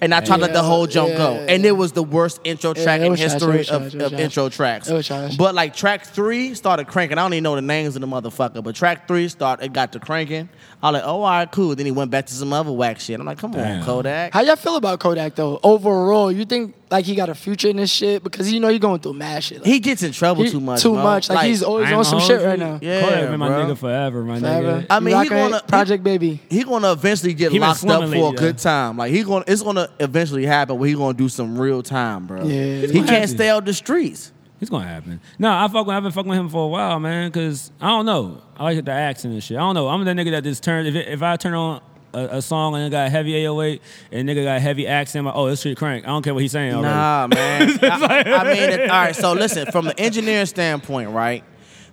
and I tried to let the
Yeah,
whole jump go,
yeah.
and it was the worst intro
Yeah,
track
it
in
was trash, it
history
was trash,
of,
it was
of
trash.
intro tracks.
It was trash.
But like track three started cranking. I don't even know the names of the motherfucker, but track three started it got to cranking. I was like, oh, all right, cool. Then he went back to some other whack shit. I'm like, come
Damn.
on, Kodak.
How y'all feel about Kodak though? Overall, you think like he got a future in this shit because you know he going through mad shit. Like,
he gets in trouble
he-
too much.
Too
bro.
much. Like, he's always
I ain't
on some
gonna
shit
hold
right
you.
now.
Yeah,
Kodak been my
bro.
nigga forever, my
Forever.
nigga.
I mean,
You
he
rocking
gonna-
Project Baby.
he gonna eventually get
He been
locked up
slumming
for a
lately,
good
though.
time. Like he gonna, it's gonna eventually happen where he gonna do some real time, bro. he
Yeah.
Happy.
can't stay out the streets.
It's gonna happen. No, I fuck with, I've been fucking with him for a while, man. Cause I don't know. I like the accent and shit. I don't know. I'm that nigga that just turns. If, it- if I turn on a, a song and it got heavy 808 and nigga got heavy accent, I'm like, oh, this shit crank. I don't care what he's saying. Already.
Nah, man. I, I mean, it- all right. So listen, from the engineering standpoint, right?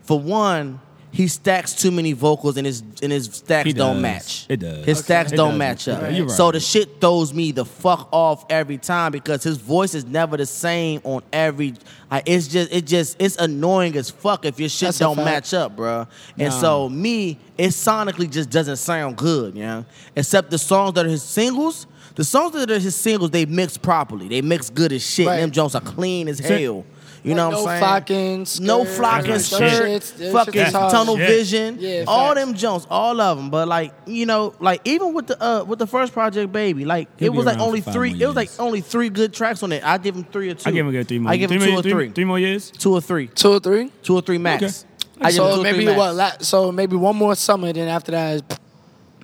For one, he stacks too many vocals, and his and his stacks
He
don't
does.
match.
It does.
His stacks
It
don't
does.
match up.
Right. You're right.
So the shit throws me the fuck off every time because his voice is never the same on every. I it's just it just it's annoying as fuck if your shit
That's a
don't
fact.
match up, bro. And so me, it sonically just doesn't sound good, you know. Except the songs that are his singles. The songs that are his singles, they mix properly. They mix good as shit.
Right.
Them Jones are clean as
So-
hell. You know
Like,
what I'm
no
saying?
flocking,
no
skirts,
flocking,
That's
skirt,
shit. That's
fucking
shit.
tunnel
Shit.
vision,
Yeah,
all
facts.
them Jones, all of them. But like you know, like even with the uh, with the first project, baby, like
He'll
it
be
was like
around
only
for five
three.
more
It was like
years.
only three good tracks on it. I give him three or two.
I give him a good three more.
I give him
three
two
more-
or three.
Three more years.
Two or three.
Two or three.
Two or three max.
Okay.
I give him two
So
or three
maybe
max.
what? La- so maybe one more summer. Then after that, is-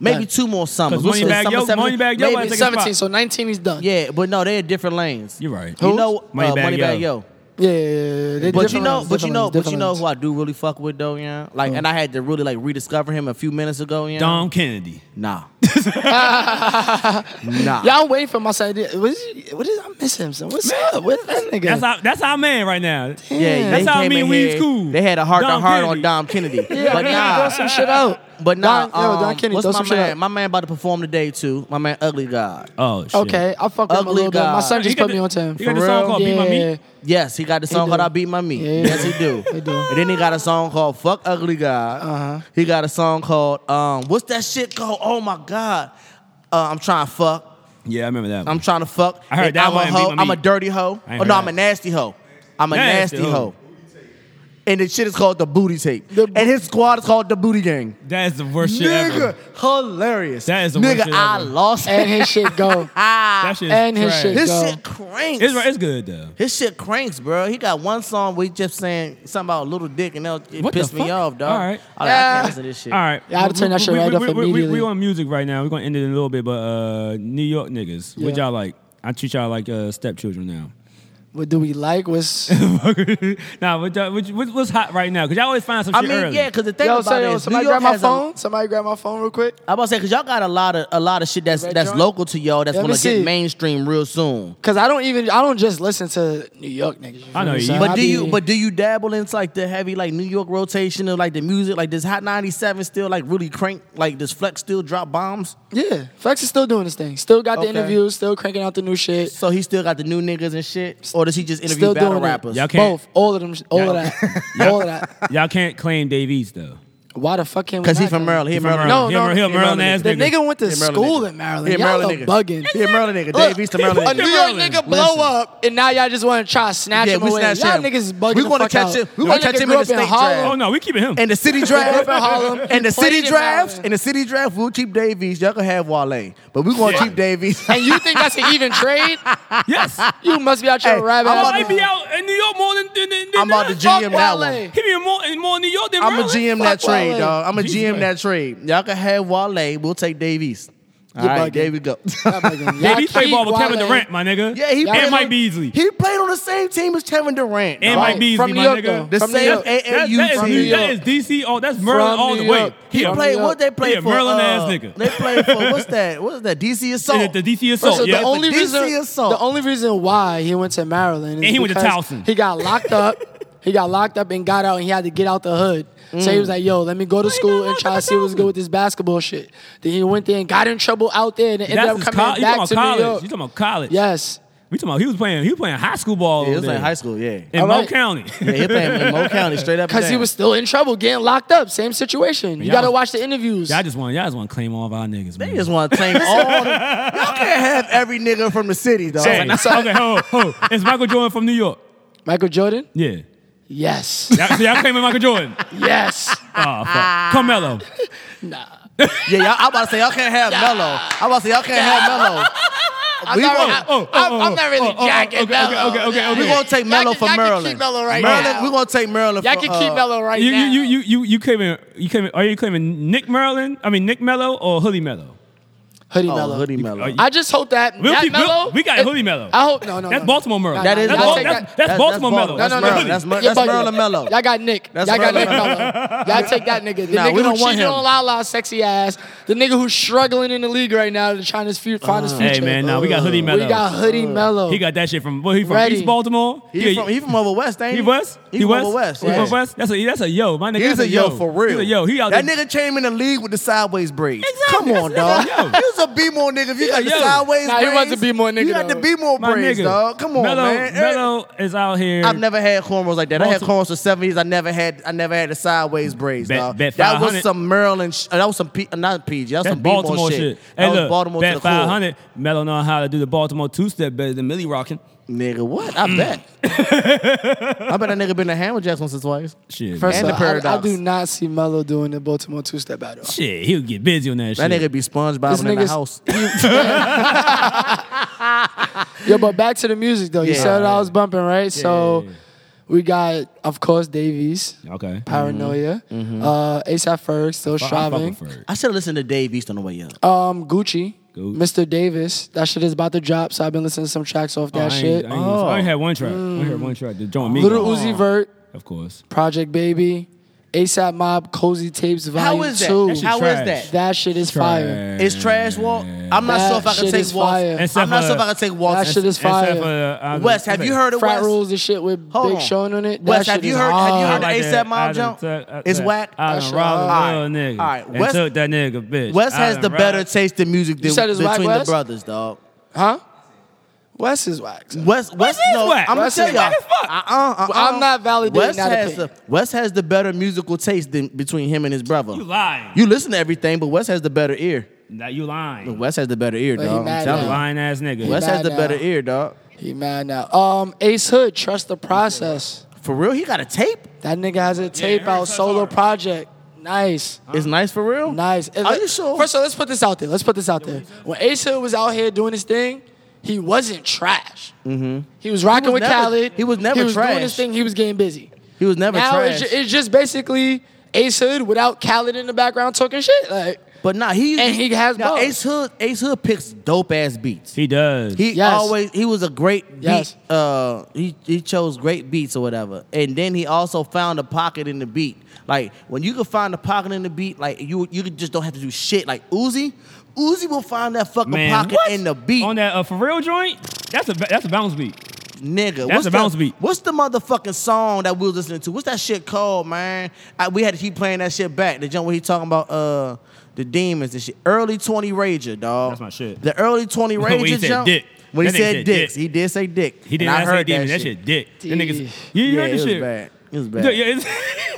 Maybe two more summers.
'Cause
What's
Moneybag
this,
Yo-
summer 17?
Moneybag Yo
Maybe-
I
maybe
think it's about-
seventeen. So nineteen, he's done.
Yeah, but no, they're different lanes.
You're right.
You know, uh,
Moneybag Yo.
Moneybag Yo.
yeah, yeah, yeah, yeah. They
But you
different
know, but
lanes,
you
different
know,
lanes,
but you
different
know
lanes.
who I do really fuck with though, yeah. Like, and I had to really like rediscover him a few minutes ago, yeah.
Dom Kennedy.
Nah. nah.
Yeah, I'm waiting for my side. What is, what is I miss him? Son? What's up? What's that nigga?
That's our that's our man right now.
Yeah,
That's
they
how
came
me
in
and Weed's
here,
cool.
They had a heart to
Dom
heart
Kennedy.
on Dom Kennedy.
yeah,
but
we gotta
nah,
throw some shit out.
but nah.
Don, yo, Don
um,
Kennedy,
what's
throw
my
some shit
man?
out.
My man about to perform today too. My man, Ugly God.
Oh shit.
Okay, I fuck with him a
Ugly
little bit.
guy.
My son
He
just
got
put
the-
me on to him.
he got
For
the song
real?
called Beat My Meat?
Yes, he got the song
do.
called "I Beat My Meat."
Yeah, he
yes,
do.
he do.
He do.
And then he got a song called "Fuck Ugly God."
Uh-huh.
He got a song called um, "What's that shit called?" Oh my God, uh, I'm trying to fuck.
Yeah, I remember that. One.
I'm trying to fuck.
I heard
And
that
I'm
one
a
and Beat
hoe.
My
I'm a
Meat.
dirty hoe.
I ain't
Oh,
heard
no, I'm
that.
a nasty hoe. I'm a
Nasty
nasty,
hoe.
hoe. And the shit is called the booty tape.
The bo-
and his squad is called the booty gang.
That is the worst shit
Nigga,
ever.
hilarious.
That is the
Nigga,
worst shit
I
ever.
lost
And
it.
his shit go.
That shit is
And his
trash.
shit.
His
go.
shit cranks.
It's, right- it's good though.
His shit cranks, bro. He got one song where he just saying something about little dick, and that was- it
What the
pissed me
fuck?
off, dog.
All right.
I, like, I
Yeah.
can't listen to this shit.
All right.
Yeah, I had to turn that shit
we,
right
we,
off
we, we- We,
immediately.
we on music right now. We're gonna end it in a little bit, but uh, New York niggas, what
Yeah.
y'all like? I treat y'all like uh, stepchildren now.
What do we like? What's
nah, what, y'all- what, what, what's hot right now? Cause y'all always find some
I
shit
mean,
early.
yeah, because the thing
yo,
about
so,
it
yo,
is, New
somebody
York
grab my
has a-
phone. somebody grab my phone real quick.
I about to say because y'all got a lot of a lot of shit that's
Red
that's
joint?
local to y'all that's
Let me
gonna
see.
get mainstream real soon.
Cause I don't even I don't just listen to New York niggas. you
I know
feel me?
you-
So
But
I
do
be-
you but do you dabble into like the heavy like New York rotation of like the music like does Hot 97 still like really crank like does Flex still drop bombs?
yeah, Flex is still doing his thing. Still got the
Okay.
interviews. Still cranking out the new shit.
So he still got the new niggas and shit, or does he just interview
Still
battle
doing it.
rappers?
Y'all can't-
Both, all of them, all of that, all of that.
Y'all can't claim Dave East though.
Why the fuck can't we?
Cause he
not
from
go?
Maryland. He a
from
Maryland.
No,
He a-
no.
he a
The
Maryland ass
The
nigga.
nigga went to
He a Maryland
school
nigga.
in Maryland.
He a
y'all
Maryland nigga.
are bugging.
He a Maryland nigga.
Look,
Dave East a Maryland
A New
nigga.
York
Maryland.
nigga blow
Listen.
up, and now y'all just want to try to snatch
Yeah,
him
we
away.
snatch
y'all
him.
niggas is bugging
We
the
wanna
fuck
catch
out.
him. We
That
wanna catch
nigga
him
grew
in
up
the state
Harlem.
Oh no, we keeping him.
In the city
Grew up
draft.
in Harlem.
In the city
Played in
drafts,
Maryland.
in the city draft, we'll keep Davies. Y'all can have Wale, but we gonna keep Davies.
And you think that's an even trade?
yes. I
You must be out your
Hey,
rabbit.
I'm
ass
might
mind.
be out in New York more than than, than
I'm about to
than-
Fuck
GM that
Wale.
one.
He be in more in more New York than
I'm a
Maryland.
GM that
Fuck Wale.
trade, dog. I'm a
Jesus
GM
Christ.
that trade. Y'all can have Wale. We'll take Davies. All
You're
right,
bugging.
there we go.
Y'all bugging. Y'all
Baby, he played
keep
ball with Kevin
Wale.
Durant, my nigga.
yeah, he
Y'all
and
played
Mike
on-
Beasley.
He played on the same team as Kevin Durant.
and
dog.
Mike Beasley,
From New
my
York,
nigga.
though.
The
From New
same
York.
That-
AAU
that,
team.
New
is,
York.
that is DC. Oh, that's Maryland
From
all the
New
way.
York.
He
They
From
a-
New
played
York.
what they
He a
played for.
Maryland
uh,
ass nigga.
They played for what's that? What's that? DC
the,
assault.
the DC
Listen,
assault.
the
yeah.
but
only
DC
reason
assault.
the only reason why he went to Maryland
And
is
he went to
because
Towson.
He got locked up. he got locked up and got out, and he had to get out the hood. So
Mm.
he was like, "Yo, let me go to
he
school
got
and
locked
try
up
to
at
see what's
Towson?
good with this basketball shit." Then he went there and got in trouble out there and ended
That's his
up coming
co- you talking
back
about
to
college.
New York.
You talking about college?
yes,
We talking about he was playing. He was playing high school ball.
Yeah, it was
over
like
there.
high school, yeah.
in
All
Mo
right.
County.
Yeah, he played in Mo County straight up. and
because he
down.
was still in trouble, getting locked up. Same situation. You
Y'all-
got to watch the interviews.
Y'all just want y'all just want to claim all of our niggas. Man.
They just want to claim all. Them. Y'all can't have every nigga from the city, dog.
Hey, okay, hold, on, hold. on. It's Michael Jordan from New York.
Michael Jordan.
Yeah.
Yes,
Y'all, so y'all claiming Michael Jordan.
yes.
Oh, fuck. Carmelo.
Yeah, y'all, I'm about to say y'all can't have Mello. I'm about to say y'all can't have Mello.
I'm,
We
not,
won't-
I,
oh, oh,
I'm, I'm
oh,
not really
oh, oh,
jacking
okay, okay,
Melo.
okay, okay, okay.
We gonna take
Y'all
Mello
can-
for
y'all can keep
Maryland.
Melo right
Maryland,
now.
we gonna take Maryland.
Y'all
for,
can keep
uh,
Mello right
You
now.
you you you you claiming you claiming are you claiming Nick Maryland? I mean Nick Mello or Hoodie Mello?
hoodie
Oh,
Mello.
hoodie Mello.
Oh, you-
I just hope that
We'll
that
keep- we'll-
Mello.
we got
if-
hoodie Mello.
I hope no no.
That's
no,
Baltimore Maryland.
That is-
Y'all
that's,
I'll
Bal-
take
that's,
that-
that's
that's-
Baltimore
that's
Mello.
Bal- that's
That's
no, no,
Hoodie.
Maryland. That's Mer-
You're bugging.
Maryland Mello.
Y'all got Nick.
That's
y'all got Nick
Maryland Mello.
Mello. Y'all take that nigga. The
Nah,
nigga
we
who
don't want
cheated
him.
on Lala's sexy ass. The nigga who's struggling in the league right now to try to fu- find his future.
Uh, Hey man, nah, we got Hoodie
we
Mello.
got
Uh,
hoodie Mello.
he got that shit from where he from
Ready.
East Baltimore.
Oh. He, from he from over west, ain't he?
He West?
He, from over west.
He
yeah.
from West? That's a that's a yo, my nigga.
He's
that's
a yo for
He's
real.
a yo. He out
that
there.
nigga came in the league with the sideways braids.
Exactly.
Come on,
That's-
dog.
that's a yo.
He was a B more nigga. If you got the
Yeah, yo.
sideways
Nah, he
braids,
was a B-more nigga,
You got the
though.
B more
my
braids,
nigga.
dog. Come on,
Mello,
man.
Mello is out here.
I've never had cornrows like that. I had
Multi-
cornrows for seven years. I never had. I never had the sideways braids.
Bet-
dog.
bet
that was
500.
some Maryland. Sh- uh, that was some P- uh, not PG. That was
That's
some
Baltimore
B-more
shit.
That
Hey,
was
look,
Baltimore
bet
to the core.
500. Mello know how to do the Baltimore two step better than Millie rocking.
Nigga, what? I bet. I bet that nigga been to Hammer Jacks once or twice.
Shit,
First
And
of
the
all, I, I
Paradox.
do not see Mello doing the Baltimore two step battle.
man. shit, he'll get busy on that,
That
shit.
nigga be SpongeBob in the
nigga's-
house.
Yo, but back to the music though. You
Yeah.
said I was bumping, right? so
yeah, yeah.
we got, of course, Davies,
Okay.
Paranoia,
Mm-hmm.
uh, ASAP Ferg, still
Fuck- I fuck
striving.
with Ferg.
I should have listened to Dave East on the way up.
Um, Gucci,
Gucci.
Mr. Davis. That shit is about to drop, so I've been listening to some tracks off
Oh, I
that
ain't-
shit.
I, ain't, I only had one track. I only
Mm.
had one track. The joint me.
Little Uzi Vert,
Of course.
Project Baby, ASAP Mob, Cozy Tapes Volume
How is that?
Two.
How is
shit trash.
that?
That shit is fire.
It's trash walk. I'm not
That
sure if I can
shit
take
is
walks.
fire.
Except
I'm not
for-
sure if I can take walks.
That shit is
Except
fire.
for, uh,
West, have you heard of
Frat
West?
rules and shit with
Hold
Big
on.
Sean on it. That
West,
shit
have you
is
heard? Have you
hard.
heard the
I done-
ASAP
Oh, I
Mob
done
jump?
took- I
It's
took-
whack.
I
That
done
shit-
robbed a
alright.
little nigga.
Alright,
and
West-
took that nigga, bitch.
Wes
I
has
done
the better
robbed-
taste in music than,
said it's
between
whack,
the
Wes?
brothers, dog.
Huh? Wes is wax.
West, West,
is
no,
whack.
I'm gonna
Wes
tell
is
y'all.
whack as
fuck.
Uh-uh, uh-uh.
uh, I'm not validating
West
that
has
opinion.
the West has the better musical taste than between him and his brother.
You lying.
You listen to everything, but West has the better ear.
Nah, you lying.
West has the better ear,
But he
dog.
mad
I'm telling
now.
you.
Lying ass nigga.
West has
mad
the
now.
better ear, dog.
He mad now. Um, Ace Hood, trust the process.
For real, he got a tape.
That nigga has a tape
Eric
out
Touch
solo
Hard.
project. Nice.
It's nice for real.
Nice. And
Are
let-
you sure?
First of all, let's put this out there. Let's put this out there. When Ace Hood was out here doing his thing, he wasn't trash. Mm-hmm. He was rocking
He was
with
never-
Khaled.
he was never
He was doing
trash.
his thing. He was getting busy.
He was never
now
trash.
It's, ju- it's just basically Ace Hood without Khaled in the background talking shit. Like
But nah, he
And he has
now,
both.
Ace Hood. Ace Hood picks dope ass beats.
He does.
He
Yes.
always he was a great beat.
Yes.
Uh, he he chose great beats or whatever, and then he also found a pocket in the beat. Like when you can find a pocket in the beat, like you you just don't have to do shit. Like Uzi, Uzi will find that fucking
Man,
pocket
what?
in the beat,
on that uh, for real joint. That's a ba- that's a bounce beat.
nigga. That's
a
the,
bounce beat.
What's the motherfucking song that we was listening to? What's that shit called, man? I, we had to keep playing that shit back. The jump where he talking about uh. The demons and shit. Early 20 Rager, dog.
That's my shit.
The early 20
When he
Rager
said
jump.
dick.
When he
That nigga
said
said
dicks.
dick.
He did say dick.
He did
And
not
I
say
heard
demon.
that shit.
dick. That nigga's. You
Yeah,
heard
it
this
was
shit?
bad. It was
Yeah,
bad.
yeah, it's-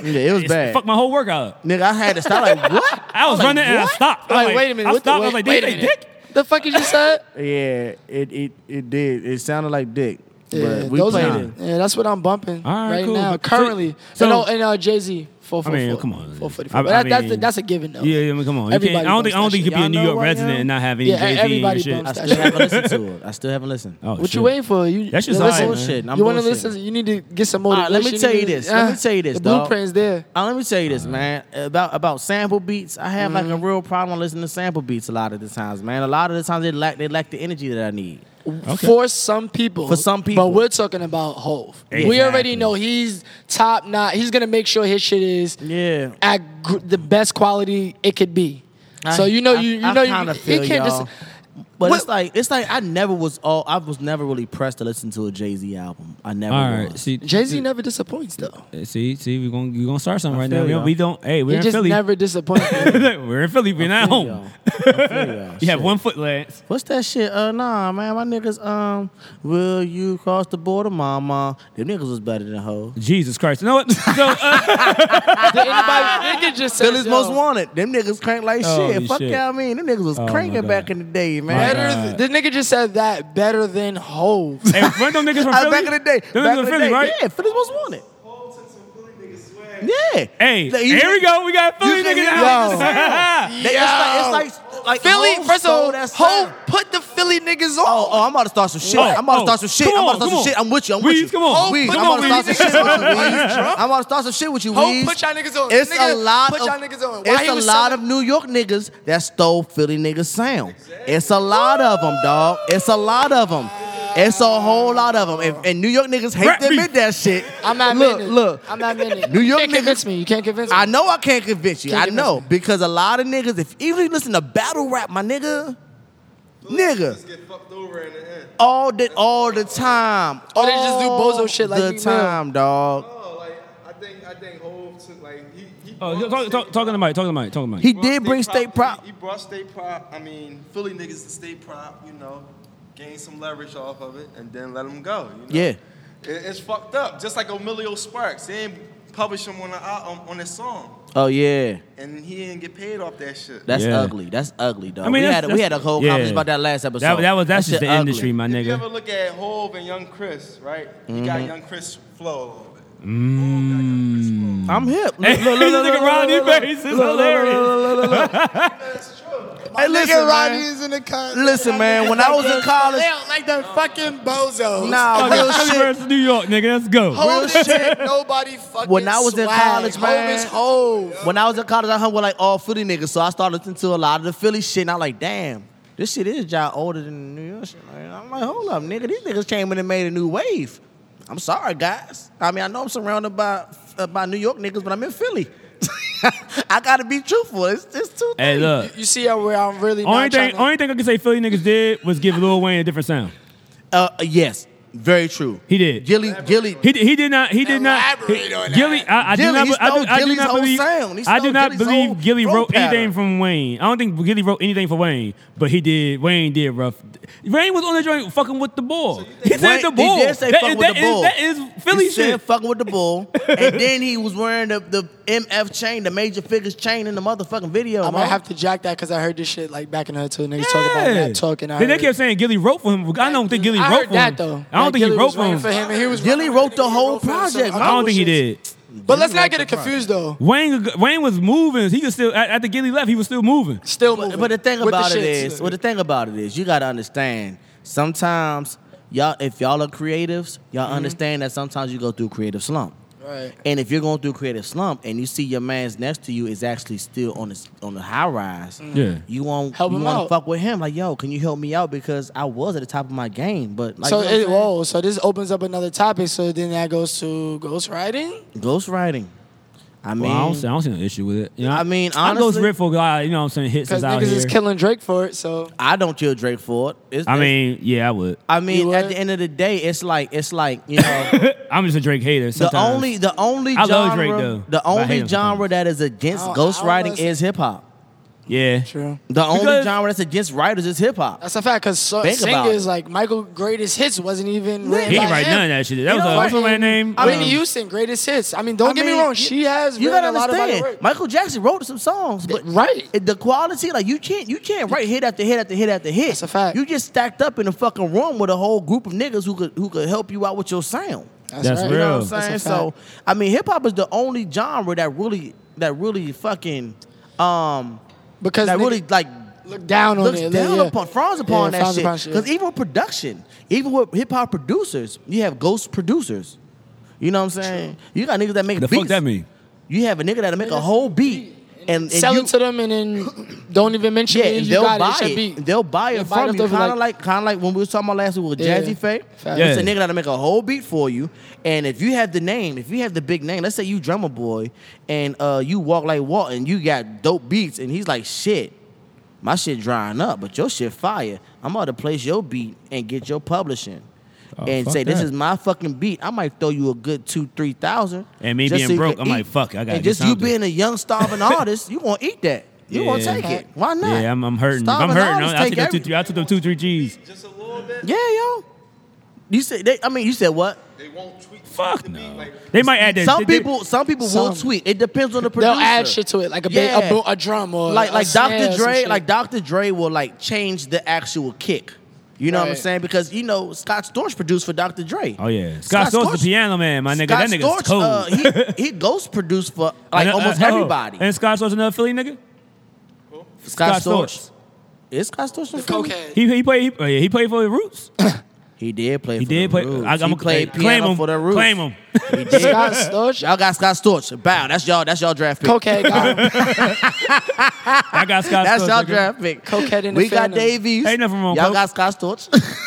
Yeah, it was
it's-
bad.
Fuck my whole workout. up.
Nigga, I had to stop. Like what?
I was running and I stopped. I was
Like, wait a minute.
I
what the-
stopped. I was like,
wait- wait
did
a
they
minute.
dick?
The fuck you just said?
Yeah, it it it did. It sounded like dick.
Yeah,
but we
those
played
are-
it.
Yeah, that's what I'm bumping
All right,
right
cool.
now,
So-
currently.
so-
and, oh, and uh, Jay Z, four
I
four
mean,
four.
come on.
four forty
I-
four. But
I
that, that's,
mean-
that's a given though.
Yeah, yeah, I mean, come on. You
Everybody
can't, I don't
bumps
think I don't
that
think you
shit.
could be a
Y'all
New
know
York
who I am?
resident and not have any
Yeah,
Jay Z in your
everybody
shit.
bumps
I
that
still haven't listened to it. I still haven't listened.
Oh,
What
shit.
you waiting for? You
That shit's
listen-
alright, man.
Bullshit. I'm
you want to
bullshit.
listen? You need to get some
right,
motivation.
let me tell you
need to-
this. Let me
Ah,
tell you this,
The
dog.
blueprint's there.
Uh, let me tell you this, man. About about sample beats, I have
Mm-hmm.
like a real problem listening to sample beats a lot of the times, man. A lot of the times they lack they lack the energy that I need.
Okay.
For some people.
For some people.
But we're talking about Hove.
Exactly.
We already know he's top notch. He's going to make sure his shit is
Yeah.
at gr- the best quality it could be. so you know
I-
you you
I
know
kinda
you,
feel
you can't
y'all.
just
But
What-
it's like it's like I never was all I was never really pressed to listen to a Jay Z album. I never
All right,
was.
see,
Jay Z never disappoints though.
see, see, we're gonna we're gonna start something right now.
feel
We don't, we
y'all.
don't. Hey, we're
he
in
just
Philly.
never disappoints. me.
we're in Philly. We're
I
not
feel
home.
y'all. I feel y'all.
You have
Shit.
one foot, Lance.
What's that shit? Uh, nah, man, my niggas. Um, will you cross the border, mama? Them niggas was better than hoes.
Jesus Christ! You know what? So, uh,
Did anybody nigga just said,
Phillies
yo,
most wanted. Them niggas crank like
Holy
shit. Fuck
shit. Oh,
y'all mean. Them niggas was
my
cranking
God.
back in the day, man.
Better
God.
th- the nigga just said that better than Hove.
hey, run them niggas from
Uh,
Philly.
back in the day.
them niggas
back
from
in the
Philly,
day.
right?
Yeah, Phillies most wanted. Yeah.
Hey,
Like, you
here
can-
we go. We got Philly
you can
niggas.
hear
out.
niggas- They, it's like it's like like
Philly,
Hov
first
stole
of all,
that
Hove
sound.
put the Philly niggas
Oh,
on.
oh, I'm about to start some shit.
Oh,
I'm about to start
oh,
some shit.
come
I'm
on,
about to start
come
some shit.
on.
I'm with you. I'm
Wees,
with you.
come on.
Weez,
Come
I'm
on,
about to
Weez.
start some shit with you.
Are you
Weez.
drunk?
I'm about to start some shit with you.
Ho,
Weez.
put y'all niggas on.
It's
Oh, Nigga,
a lot.
put
of,
y'all niggas on. Why
It's
he
a
was
lot
selling-
of New York niggas that stole Philly niggas sound. It's a lot of them, dog. It's a lot of them. It's a whole lot of them. And, and New York niggas hate
Rap
to
beef.
admit that shit.
I'm not
Look,
admitting it.
look.
I'm not admitting it.
New
You
York
can't
niggas-
convince me. You can't convince me.
I know I can't convince you.
Can't
I
convince
know
me.
because a lot of niggas, if even if you listen to battle rap, my nigga, nigga,
Just get fucked over in the end.
all the all the time.
Or Oh, they just do
All
bozo shit like
the
Meek Mill.
time, dog.
No, Oh, like I think I think Hov took like he he.
Oh,
brought
talk, talk,
state-
talking to Mike. Talking to Mike. Talking to Mike.
He
brought
did bring state prop.
He, he brought state prop. I mean, Philly niggas the state prop. You know, gain some leverage off of it, and then let them go. You know?
Yeah.
It- it's fucked up. Just like Emilio Sparks, they didn't publish him on the album, on his song,
Oh yeah.
and he didn't get paid off that shit.
That's
Yeah.
ugly. That's ugly, dog.
I mean,
we
that's-
had a, we had a
that's-
whole
yeah.
conversation about that last episode.
That, that was that's
That
just
shit
the
ugly.
industry, my
If you ever
nigga.
look at Hov and Young Chris, right? He got
Mm-hmm.
Young Chris flow a little bit.
I'm hip.
Hey, look, look, look, Rodney face is hilarious.
Hey, listen, man.
in the cut.
Listen, man. When I was in college,
like them fucking bozos.
nah, real
Philly
shit.
versus New York, nigga. Let's go.
Hove is shit. Nobody fucking.
When I was in
swag.
college, man.
Hove is Hove.
When I was in college, I hung with like all Philly niggas, so I started listening to a lot of the Philly shit. And I'm like, damn, this shit is y'all older than New York shit. Like, I'm like, hold up, nigga. These niggas came in and made a new wave. I'm sorry, guys. I mean, I know I'm surrounded by uh, by New York niggas, but I'm in Philly. I gotta be truthful. It's, it's two things.
Hey, look.
You see how where I'm really
Only
not
thing,
tryna-
only thing I can say Philly niggas did was give Lil Wayne a different sound.
Uh, yes, very true.
He did.
Gilly, Gilly.
He did, he did not. He did not.
Elaborate on
Gilly, I, I do
Gilly,
not.
he
be- I do,
stole
I do
Gilly's
not
whole
believe.
sound. He
I
stole
do not
Gilly's whole
believe Gilly
flow
wrote anything
pattern.
from Wayne. I don't think Gilly wrote anything for Wayne, but he did. Wayne did rough. Wayne was on the joint fucking with the ball. he said
Wayne-
the ball.
He did say
That
fuck
is-
with
that
the
is-
bull.
that is Philly
he
shit.
Said fucking with the bull, and then he was wearing the, the MF chain, the major figures chain in the motherfucking video.
I
man.
might have to jack that because I heard this shit like back in the hood too. Niggas talk about
Yeah.
that talking. I
Then they
heard-
kept saying Gilly wrote for him. I don't think Gilly
I
wrote
heard
for
that
him.
though.
I don't
Like,
think
Gilly
he wrote
was
for
writing
him.
for him. and he was
Gilly
writing
wrote the
for
whole
him, so
project.
couple
I don't think he
shits.
did.
But let's not get it confused though.
Wayne Wayne was moving. He could still after Gilly left. He was still moving.
Still
But,
moving.
but the thing
With
about it
shits.
is, well, the thing about it is, you gotta understand. Sometimes y'all, if y'all are creatives,
Mm-hmm.
y'all understand that sometimes you go through creative slump.
Right.
And if you're going through creative slump and you see your man's next to you is actually still on the on the high rise,
Yeah.
you want
Help
you
him
want to
out.
fuck with him like, yo, can you help me out because I was at the top of my game, but like,
so
you know what I'm
it,
saying?
whoa, so this opens up another topic. So then that goes to ghostwriting.
Ghostwriting. I mean,
Well, I, don't see, I don't see no issue with it. You know,
I mean,
I go
honestly-
Rip for God. You know what I'm saying? Hits
Because
is out
niggas
here.
is killing Drake for it. So
I don't kill Drake for it. It's-
I
it's-
mean, yeah, I would.
I
You
mean,
would?
at the end of the day, it's like it's like you know
I'm just a Drake hater.
the
Sometimes.
only the only
I
genre
love Drake, though,
the
but I hate
only
him
genre
sometimes.
that is against
I don't- I don't
ghostwriting
listen-
is hip hop.
Yeah.
True.
The only
Because-
genre that's against writers is hip hop.
That's a fact, because so,
Think about
singers
it.
like Michael Greatest Hits wasn't even written
He
by
didn't write
him.
none of that shit. That
You
was
know
a,
what?
what's her man name?
I mean,
Um,
Houston, Greatest Hits. I mean, don't get me wrong, she has
You
written
gotta
a lot of body of
understand.
work.
Michael Jackson wrote some songs, but
right.
it- the quality, like you can't, you can't write hit after hit after hit after hit.
That's a fact.
You just stacked up in a fucking room with a whole group of niggas who could who could help you out with your sound.
That's
You know
right.
Real.
what I'm saying?
That's a
So I mean, hip hop is the only genre that really that really fucking um
because
that
nigga
really like
look down on
looks
it.
down
yeah.
upon frowns upon
Yeah,
that
frowns
shit.
upon
'Cause
shit.
Because even with production, even with hip hop producers, you have ghost producers. You know what I'm saying? You got niggas that make
the
beats.
fuck that mean?
You have a nigga that'll make a whole beat and, and
sell
you,
it to them and then don't even mention
yeah,
it.
and
You
they'll
got
buy
it. It should be.
They'll buy it
They'll buy
from
it
you,
if they
kind of
like-
like, kind of like when we was talking about last week with
Yeah.
Jazzy Faye.
Facts.
Yeah.
It's a nigga that'll make a whole beat for you, and if you have the name, if you have the big name, let's say you drummer boy, and uh, you walk like Walton, you got dope beats, and he's like, shit, my shit drying up, but your shit fire. I'm about to place your beat and get your publishing.
Oh,
and
fuck
say this
that.
is my fucking beat. I might throw you a good two, three thousand.
And me
just
being
so you
broke,
can
I'm like,
eat.
fuck, I gotta
And
get
just you
something.
being a young starving artist, you gonna eat that. You gonna
Yeah.
take it. Why not?
Yeah, I'm, I'm hurting. If I'm
Starving
hurting.
artists
I, I,
take
took the two,
every-
three, I took the two, three G's.
Just a little bit.
Yeah, yo. You said they, I mean, you said what?
They won't tweak.
Fuck
the beat,
no.
like-
They might add that.
some
they- they-
people, some people will
Some.
tweet. It depends on the producer.
They'll add shit to it, like a, ba-
Yeah.
a, bo- a drum or
like
a
like
snare or
Dr.
some
Dre,
shit.
like Dr. Dre will like change the actual kick. You know what I'm
Right.
saying? Because you know Scott Storch produced for Dr. Dre.
Oh yeah, Scott, Storch, the piano man, my nigga.
Scott
that nigga's
Storch,
cold.
Uh, he, he ghost produced for like
And, uh,
almost
uh, oh,
everybody.
And Scott Storch another Philly nigga. Scott
Scott, Storch. Is Scott Storch from Philly?
cokehead.
He he played he, oh, yeah, he played for the Roots.
He did play.
He
for
did
the
play.
Roots.
I, I'm
he
gonna
played
claim
piano
him.
for the Roots.
Claim him.
He did.
Scott Storch,
Y'all got Scott Storch. Bow. That's y'all. That's y'all draft pick.
cokehead got him.
I got Scott.
That's
Storch,
y'all
nigga.
draft pick.
Cokehead in the
We got
fandom.
Davies.
Ain't nothing wrong,
Y'all
Coke.
got Scott Storch.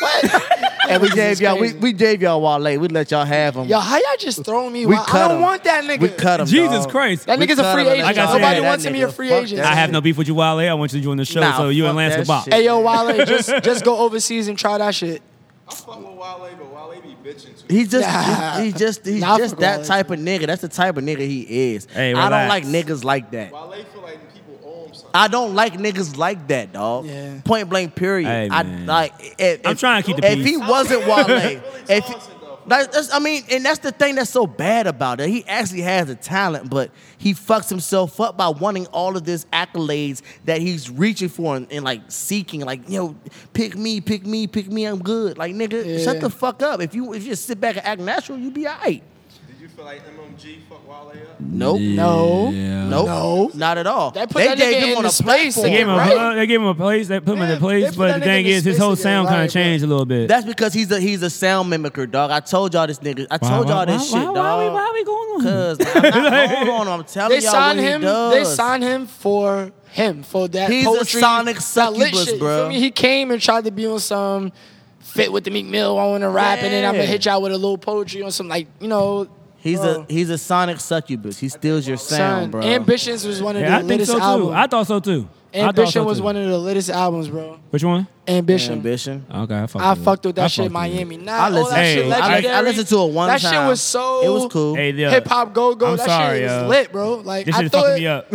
What?
and we
This is
gave y'all. We,
crazy.
we gave y'all Wale. We let y'all have him.
Yo, how y'all just throwing me?
we
wild?
cut
I don't
him.
want that nigga.
We cut him.
Jesus
dog.
Christ.
That
We
nigga's a
cut
free
him and let
agent.
I gotta
y'all
say
Nobody
that
wants to be a
nigga.
free
Fuck
agent.
that
I have no beef with you, Wale. I want you to join the show,
Nah,
so you and
fuck
Lance
that
can box.
shit.
Hey yo, Wale, just just go overseas and try that shit.
I fuck with Wale, but Wale be bitching too.
He just,
Nah.
he, he just, he's
Nah, I
just
fuck
that
Wale.
type of nigga. That's the type of nigga he is.
Hey,
I don't
relax.
like niggas like that.
Wale feel like people owe him something.
I don't like niggas like that, dog.
Yeah.
Point blank, period.
Hey,
I
man.
like. If,
I'm
if-
trying to keep the
If he
peace.
wasn't Wale, if he,
Thompson, though.
like, that's, I mean, and that's the thing that's so bad about it. He actually has a talent, but he fucks himself up by wanting all of this accolades that he's reaching for and, and, like seeking. Like, yo, pick me, pick me, pick me. I'm good. Like, nigga,
Yeah.
shut the fuck up. If you if you just sit back and act natural, you be alright.
Did you feel like MMG fuck Wale up?
Nope.
No,
Nope.
No.
Not at all.
They put that nigga in his place
platform.
They gave him a
Right.
uh, they gave him a place. They put him in
Yeah,
a
they
place,
put
but
that
the
nigga
thing
in his
is, his
space
whole
again,
sound kind
right,
of
bruh.
changed a little bit.
That's because he's a he's a sound mimicker, dog. I told y'all this nigga. I told y'all this shit,
why, Why,
dog.
we, why we going on?
Cause I'm not going on. him. I'm telling
They
y'all
signed
what
him.
he does.
They signed him for him for that.
He's a
poetry,
sonic
that lit
succubus,
shit, you
bro.
feel me? He came and tried to be on some fit with the Meek Mill. I want to rap, and then I'm
Yeah.
gonna hit y'all with a little poetry on some like you know.
He's
bro,
a he's a sonic succubus. He steals your sound,
son.
bro.
Ambitions was one of
Yeah, I think
the littest
so too.
albums.
I thought so too. I thought
Ambition
so,
was
too.
one of the littest albums, bro.
Which one?
Ambition.
Ambition.
Okay, I fucked.
I
with it.
fucked with that
I
shit,
fucked with it.
Miami. Nah,
I
all
listened.
that
Hey,
shit
I- I
legendary.
listened to it one
That
time.
shit was so.
It was cool.
Hey, yeah.
Hip hop go go.
I'm
That
sorry,
shit
yo.
was lit, bro. Like
This
I
shit is
thought.
fucking me up.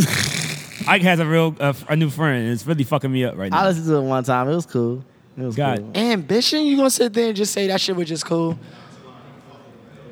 Ike has a real uh, a new friend. and It's really fucking me up right
I
now.
listened to it one time. It was cool. It was
God.
cool.
Ambition? You gonna sit there and just say that shit was just cool?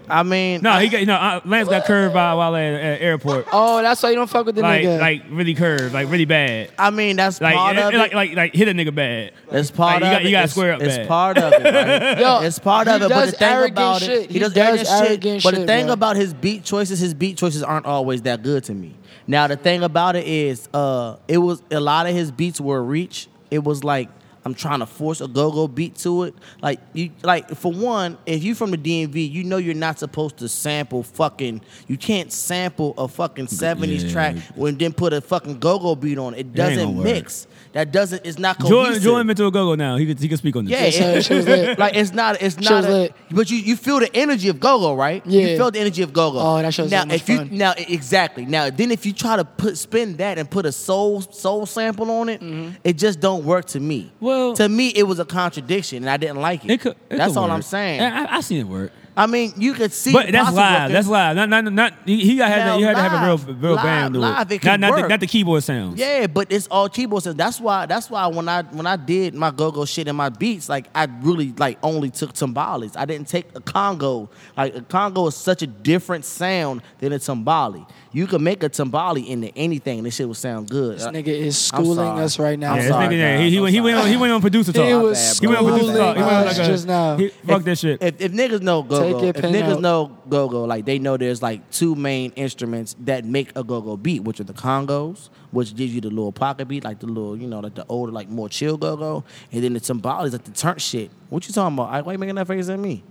I mean,
No, he got no. Uh, Lance got curved by while at, at airport.
Oh, that's why you don't fuck with the
Like
nigga.
like really curved, like really bad.
I mean that's
Like
part
it-
of
it-
it.
like like like hit a nigga bad.
it's
like,
part
you
of
got-
it.
you gotta
It's-
square up
It's
bad.
part of it. right?
Yo,
it's part
he
of it. But
does
the thing
arrogant
about
shit.
it, he, does, arrogant, shit. But the
shit,
thing
bro.
about his beat choices, his beat choices aren't always that good to me. Now the thing about it is, uh, it was a lot of his beats were reach. It was like I'm trying to force a go-go beat to it. Like you, like for one, if you from the DMV, you know you're not supposed to sample fucking. You can't sample a fucking '70s
yeah.
track when then put a fucking go-go beat on it. It
ain't
doesn't
gonna work.
mix. That doesn't. It's not
Jordan
cohesive.
Jordan been to a go go now. He could he could speak on this.
Yeah,
Yes, sir.
it-
She was lit.
like it's not, it's
She
not.
was
a-
lit.
But you, you feel the energy of Gogo, right?
Yeah.
You feel the energy of Gogo.
Oh, that shit was so
now
much
if you
fun.
now exactly now then if you try to put spin that and put a soul soul sample on it,
Mm-hmm.
it just don't work to me.
Well-
to me it was a contradiction and I didn't like it.
It could, it
That's
could
all
work.
I'm saying.
I, I- I seen it work.
I mean, you could see.
But that's
Posse
live.
Brooklyn-
That's live. Not not not. You, you gotta have
Now,
to, you had to
live,
have a real real
live,
band do
live, it
it.
can
Not not the,
work.
not the keyboard sounds.
Yeah, but it's all keyboard stuff. That's why. That's why when I when I did my go go shit and my beats, like I really like only took timbales. I didn't take a congo. Like a congo is such a different sound than a timbale. You could make a timbale into anything, and this shit would sound good.
This nigga is schooling
sorry.
us right now.
I'm
Yeah, this
sorry,
nigga, yeah,
guys.
he, he,
I'm
went, he went on he went on producer talk.
He
bad,
was
bro.
he went on producer talk. He went on like a,
just now.
He, fuck that shit.
If, if niggas know go go,
Take
if
it, pin
niggas
out.
know go go, like they know there's like two main instruments that make a go go beat, which are the congos, which gives you the little pocket beat, like the little you know, like the older, like more chill go go, and then the timbales, like the turn shit. What you talking about? Ike? why you making that face at me?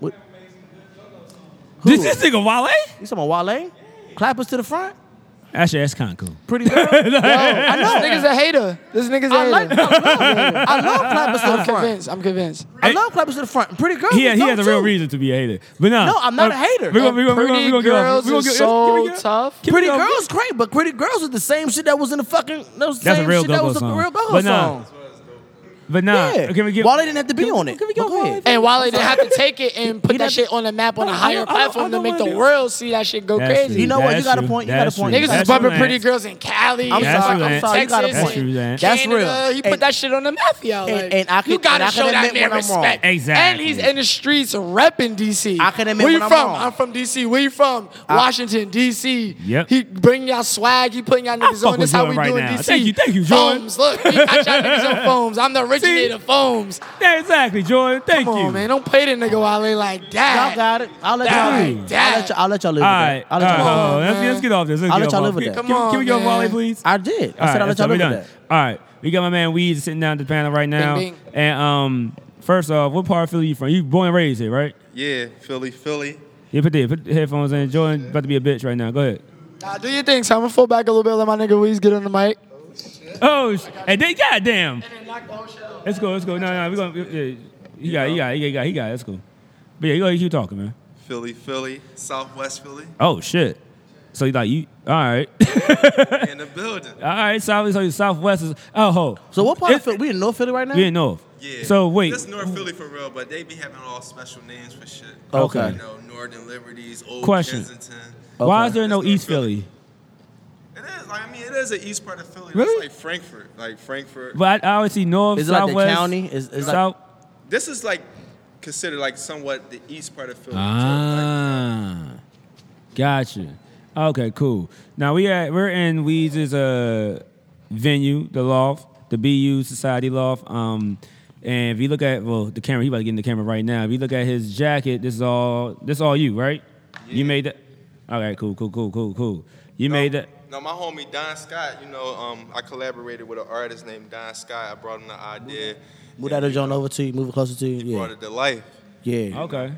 What? Who?
This, this nigga Wale?
you talking about Wale? Clappers to the front.
Actually, that's kind of cool.
Pretty girl. Yo, I
This
know.
nigga's a hater. This nigga's a
I
hater.
like. I love, I love clappers to the
I'm
front.
convinced. I'm convinced.
I love clappers to the front. Pretty girl.
He, he
dope
has a real
too.
reason to be a hater. But nah.
No, I'm not a hater.
We're gonna,
And
we're gonna, we're gonna,
pretty
we're gonna get off-
girls
we're gonna
is
get- can we
so
get-
tough.
can we
Pretty
get off-
Girls great, but Pretty Girls was the same shit that was in the fucking that was the
That's a
same
real
shit that
go-go
was
song.
a real go-go
But nah,
song.
But nah.
yeah.
Can we get,
Wale didn't have to be on it.
can we
But
get
go
Wale?
ahead.
And Wale didn't have to take it and put
He
that
not-
shit on the map on a
I
higher
don't- I don't- I
platform to
don't
make the
wanna do-
world see that shit go
That's
crazy.
true.
You know what? You
That's
got a
true.
point. You got a
That's
point.
true.
Niggas
That's
is bumping
true,
pretty
Lance.
girls in
I'm
Cali. and
sorry,
fucking
I'm sorry,
you got a
Texas
point.
and
That's
That's real.
Canada, He put
And-
that shit on the map, for y'all.
and-
Like,
and I can-
you gotta
and I can
show that
admit
man
when I'm wrong.
respect. And
Exactly.
he's in the streets repping DC.
I can admit
Where you
when I'm
from?
wrong.
I'm from DC. Where you from? Washington DC.
Yep.
He bring y'all swag. He putting y'all niggas
fuck
on.
with
This how
Jordan
we
right
doing
now.
DC.
Thank you, thank you, Jordan.
Foams. Look, we got y'all niggas on foams. I'm the originator of foams.
Yeah, exactly, Jordan. Thank
Come
you.
on, man. Don't play the nigga Wale like that.
Y'all got it. I'll let
That
y'all.
like
I'll
that.
let y'all. I'll let y'all live
All
with
right.
that.
All
I'll let
right. Uh-huh.
y'all.
on,
hold on. Let's,
man.
let's get off this. Let's
I'll
get
let
off
y'all live
Wale.
with that.
Can, can, can we get off
Come on,
Wale,
man.
please?
I did. I
All
said
right,
I'll let
so
y'all
we
live
done.
with that.
All right, we got my man Weed sitting down at the panel right now.
bing.
And um, first off, what part of Philly you from? You born and raised here, right?
Yeah, Philly, Philly.
Yeah, put the, put the headphones in. Jordan about to be a bitch right now. Go ahead.
Nah, do your thing. So I'm gonna fall back a little bit. Let my nigga Weez get on the mic.
Oh, sh- and they goddamn. Let's go. Let's go. No, no, we gonna. Yeah, he got. He got. He got. He got. That's cool. But yeah, you go. You keep talking, man.
Philly, Philly, Southwest Philly,
Oh shit. So you like you? All right.
in the building.
All right. So, so Southwest is. Oh ho.
So what part of
It-
Philly? We in North Philly right now.
We in North.
Yeah.
So wait.
That's North Philly for real, but they be having all special names for shit.
Okay.
You know, Northern Liberties, Old
Question.
Kensington.
Why
Okay.
is there no
That's
East
North Philly.
Philly?
It is. Like, I mean, it is an east part of Philly.
Really?
It's like Frankfurt. Like Frankfurt.
But I, I always see North,
Is it like the
Southwest,
county? Is- is like-
South.
this is like considered like somewhat the east part of Philly. too. Like,
Ah, gotcha. Okay, cool. Now we at we're in Weeze's uh venue, the loft, the BU Society Loft. Um, and if you look at well, the camera, he about to get in the camera right now. If you look at his jacket, this is all this is all you, right? You made that. Okay, cool, cool, cool, cool, cool. You made that.
No, my homie Don Scott, you know, um, I collaborated with an artist named Don Scott. I brought him the idea.
Move that joint over to you. Move it closer to you.
Brought
Yeah.
it to life.
Yeah.
Okay.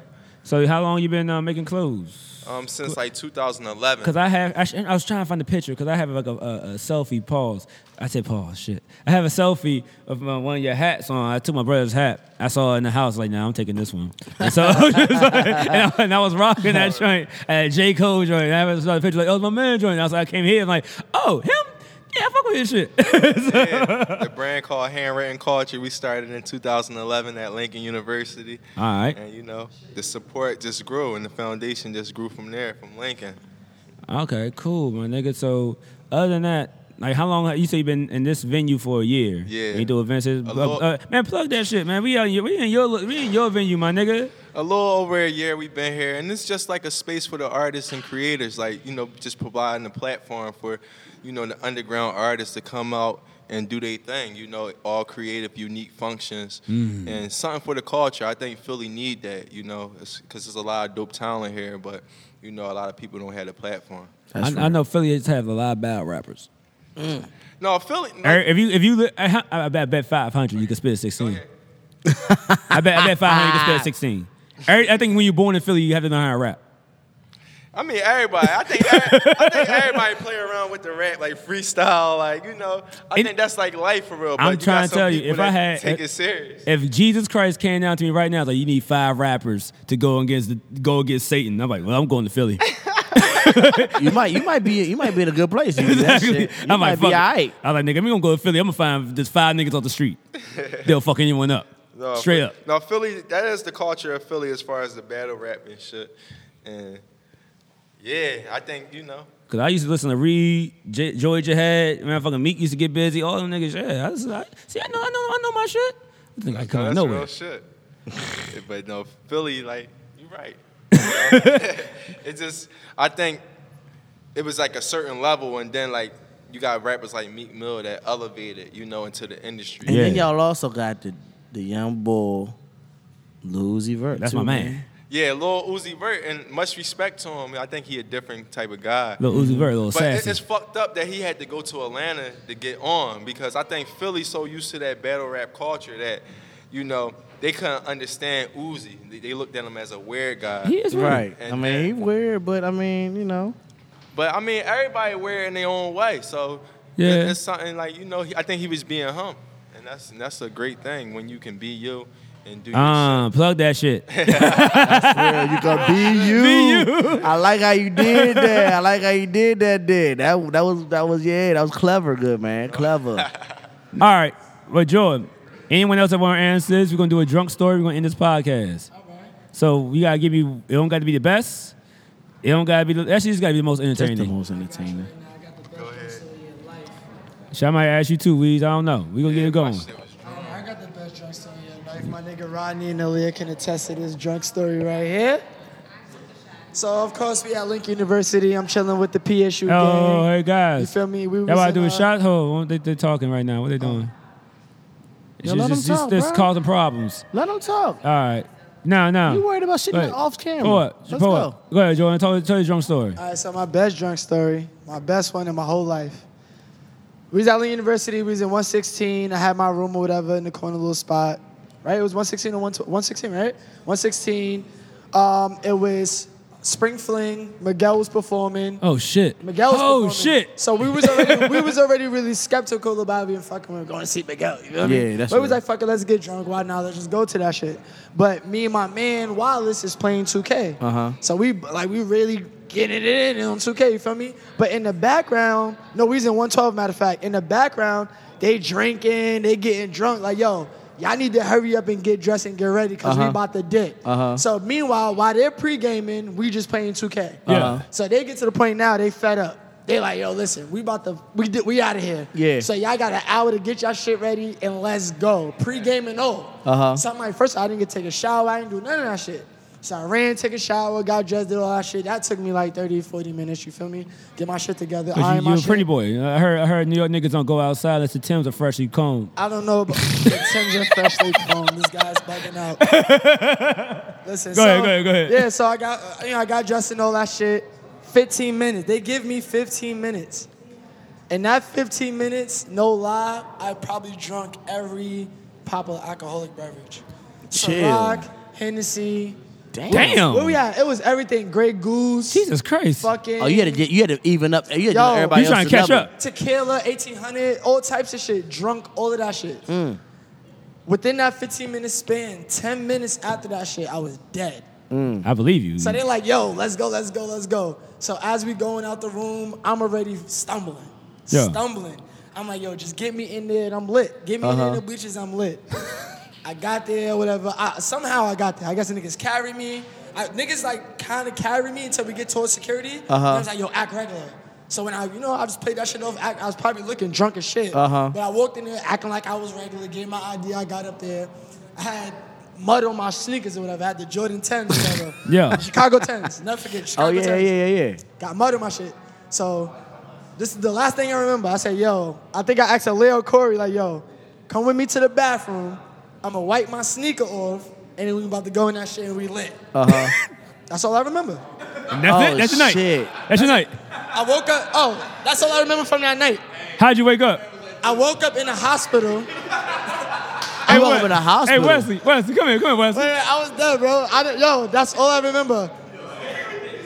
So how long you been uh, making clothes?
Um, since like 2011.
Cause I have, actually, I was trying to find the picture. Cause I have like a, a, a selfie. Pause. I said pause. Shit. I have a selfie of my, one of your hats on. I took my brother's hat. I saw it in the house. Like, now I'm taking this one. And so, I was just like- and, I, and I was rocking that joint, uh, J Cole joint. And I have another picture like, oh, it's my man joint. And I was like, I came here. and like, oh, him. Yeah, I fuck with his shit.
the brand called Handwritten Culture. We started in 2011 at Lincoln University.
All right.
And you know, the support just grew, and the foundation just grew from there, from Lincoln.
okay, cool, my nigga. So, other than that. Like how long? You say you been in this venue for a year?
Yeah.
You do events. uh,
lo-
uh, man, plug that shit, man. We out. here- We in your. We in your venue, my nigga.
A little over a year we've been here, and it's just like a space for the artists and creators, like you know, just providing a platform for, you know, the underground artists to come out and do their thing. You know, all creative, unique functions, and something for the culture. I think Philly need that, you know, because there's a lot of dope talent here, but you know, a lot of people don't have the platform.
I, I know Phillies have a lot of bad rappers.
No, Philly.
Or if you if you li- I, ha- I bet I bet five hundred you can spit sixteen.
ahead.
I bet I bet five hundred you can spit sixteen. Every- I think when you're born in Philly, you have to know how to rap.
I mean, everybody. I think every- I think everybody play around with the rap, like freestyle, like you know. I
And-
think that's like life for real. But
I'm
you got
trying to
some
tell you,
people
if I
that
had- uh, eh,
take it serious,
If Jesus Christ came down to me right now, like you need five rappers to go against the, go against Satan, I'm like, well, I'm going to Philly.
You might. You might be. You might be in a good place. You, do that shit. you
Oh. I'm
might
like,
be
fuck.
all
it.
right.
I'm like, nigga, we gonna go to Philly. I'm gonna find just five niggas off the street. They'll fuck anyone up.
No,
Straight
Philly-
up.
No, Philly. That is the culture of Philly as far as the battle rap and shit. And yeah, I think you know.
Cause I used to listen to Reed, J- Joey Jahad, motherfucking Meek used to get busy. All them niggas, yeah. I just, I, see, I know, I know, I know my shit. I think I come
no,
out
that's
of
real
nowhere.
shit. but no, Philly, like you're right. You know? it just, I think it was like a certain level, and then like you got rappers like Meek Mill that elevated, you know, into the industry.
And then
Yeah.
y'all also got the the young boy, Lucy Vert.
That's
too,
my man.
Yeah, Lil Uzi Vert, and much respect to him. I think he a different type of guy.
Little Uzi Vert, little
But it,
sassy.
it's fucked up that he had to go to Atlanta to get on because I think Philly's so used to that battle rap culture that, you know, they couldn't understand Uzi. They, they looked at him as a weird guy.
He is
Right. I
And
mean,
then-
he weird, but I mean, you know.
But I mean, everybody weird in their own way. So
Yeah.
it- it's something like you know. he- I think he was being him, and that's and that's a great thing when you can be you and do. your
Um, plug that shit.
Yeah, you can be you. I like how you did that. I like how you did that. Did that? That was that was yeah. That was clever. Good man. Clever.
All right, but Jordan, anyone else that want to answer this? We're gonna do a drunk story. We're gonna end this podcast. So you gotta give me. It don't gotta be the best. It don't gotta be. The, actually, it's gotta be the most
That's the
entertaining.
most entertaining.
Go ahead.
Shit, I might ask you too, Weez. I don't know. We gonna get it going.
shit was-
I got the best drunk story of life. My nigga Rodney and Aaliyah can attest to this drunk story right here. So of course we at Link University. I'm chilling with the PSU
Oh,
gang.
hey guys.
You feel me? We
That
was
why I
in,
do a
uh,
shot hole. What They, they're talking right now. What they doing? It's
Yo, let
just,
them
just-
talk,
just
bro.
causing problems.
Let him talk.
All right. No, no.
You worried about shit
Go
that's
ahead.
off camera?
Pull up.
Let's
Pull
go.
up. Go ahead, Jordan. Tell, tell your drunk story.
All right, so my best drunk story, my best one in my whole life. We was at Lee University. We was in 116. I had my room or whatever in the corner little spot. Right? It was 116 or 112 116, right? 116. Um, it was Spring Fling. Miguel was performing.
Oh shit.
Miguel was
oh
performing.
shit.
So we was already we was already really skeptical about even fucking with going to see Miguel. You know what I mean?
Yeah, that's
But it was
right.
like fucking let's get drunk. Why not? Let's just go to that shit. But me and my man Wallace is playing 2K.
Uh-huh.
So we like we really getting it in on 2K. You feel me? But in the background, no, we was in 112. Matter of fact, in the background, they drinking, they getting drunk. Like yo. Y'all need to hurry up and get dressed and get ready because we about to dip.
Uh-huh.
So meanwhile, while they're pre-gaming, we just playing 2K.
Yeah.
So they get to the point now they fed up. They like, yo, listen, we about to we did, we out of here.
Yeah.
So y'all got an hour to get y'all shit ready and let's go. Pre-game and all.
Uh-huh.
So I'm like, first I didn't get to take a shower, I didn't do none of that shit. So I ran, took a shower, got dressed, did all that shit. That took me like 30, 40 minutes, you feel me? Get my shit together.
'Cause
iron
you,
my
you a
shit.
pretty boy. I heard. I heard New York niggas don't go outside unless the Timbs are freshly combed.
I don't know about the Tim's and freshly combed. This guy's bugging out. Listen,
Go
so,
ahead, go ahead, go ahead.
Yeah, so I got uh, you know I got dressed and all that shit. 15 minutes. They give me 15 minutes. In that 15 minutes, no lie, I probably drunk every popular alcoholic beverage.
Chill.
Ciroc, Hennessy.
Damn.
Where we at? It was everything. Grey Goose.
Jesus Christ.
Fucking.
Oh, you had to get, you had to even up. You had to
Yo,
let everybody
You trying to
else
catch
level.
up?
tequila, 1800, all types of shit, drunk, all of that shit. Within that 15 minute span, 10 minutes after that shit, I was dead.
I believe you.
So they're like, yo, let's go, let's go, let's go. So as we going out the room, I'm already stumbling,
Yeah.
stumbling. I'm like, yo, just get me in there and I'm lit. Get me in there
Uh-huh.
in the bleachers, I'm lit. I got there, whatever. I, somehow I got there. I guess the niggas carry me. I, niggas like kind of carry me until we get towards security.
Uh-huh.
And I was like, yo, act regular. So when I, you know, I just played that shit off. Act, I was probably looking drunk as shit.
Uh-huh.
But I walked in there acting like I was regular. Gave my ID. I got up there. I had mud on my sneakers or whatever. I had the Jordan 10s. or whatever.
Yeah.
Chicago 10s. Never forget
Oh
Chicago
yeah,
10s.
yeah, yeah, yeah.
Got mud on my shit. So this is the last thing I remember. I said, yo, I think I asked Leo Corey, like, yo, come with me to the bathroom. I'ma wipe my sneaker off, and then we about to go in that shit and we lit.
Uh huh.
That's all I remember.
And that's
Oh,
it. That's your night.
shit.
That's your night.
I woke up, oh, that's all I remember from that night.
How'd you wake up?
I woke up in a hospital.
I
Wes-
woke up in the
Hey
hospital.
Wesley, Wesley, come here, come here, Wesley.
Wait, wait, I was dead, bro. I didn't- yo, that's all I remember.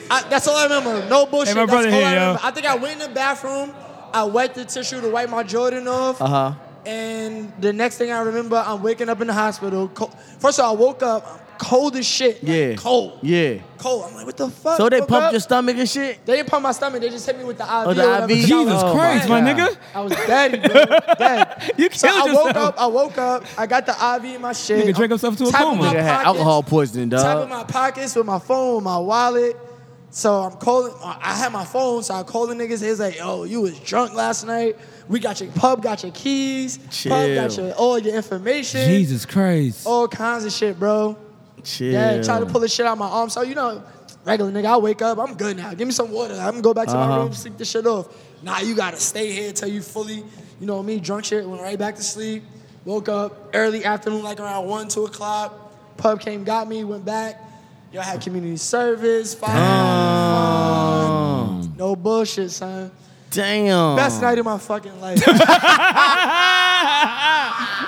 I, that's all I remember. No bullshit.
my brother
that's all
here,
I
yo.
remember. I think I went in the bathroom. I wiped the tissue to wipe my Jordan off.
Uh huh.
And the next thing I remember, I'm waking up in the hospital. Co- First of all, I woke up. like cold as shit. Like,
Yeah.
Cold.
Yeah.
Cold. I'm like, what the fuck?
So they
Woke
pumped
up.
your stomach and shit.
They didn't pump my stomach. They just hit me with the IV.
Oh, the
or whatever,
IV?
'cause I was-
Jesus
Oh, my
Christ, my,
God.
nigga.
I was dead, bro. Dead.
You
So
killed
I woke
yourself.
up. I woke up. I got the IV in my shit.
Nigga drank
I'm
himself to a
tapping
coma.
my
Nigga
They had
pockets,
alcohol poisoning,
Tapping
dog.
my pockets with my phone, with my wallet. So I'm calling. I had my phone, so I called the niggas. He's like, "Yo, you was drunk last night. We got your pub, got your keys, pub got
Chill.
your all your information,
Jesus Christ.
all kinds of shit, bro.
Chill.
Yeah, trying to pull the shit out of my arm. So you know, regular nigga, I wake up, I'm good now. Give me some water. I'm gonna go back to my
Uh-huh.
room, sleep this shit off. Nah, you gotta stay here till you fully, you know me, drunk shit. Went right back to sleep. Woke up early afternoon, like around one, two o'clock. Pub came, got me, went back. Y'all had community service. Fine, fine. No bullshit, son.
Damn.
Best night of my fucking life.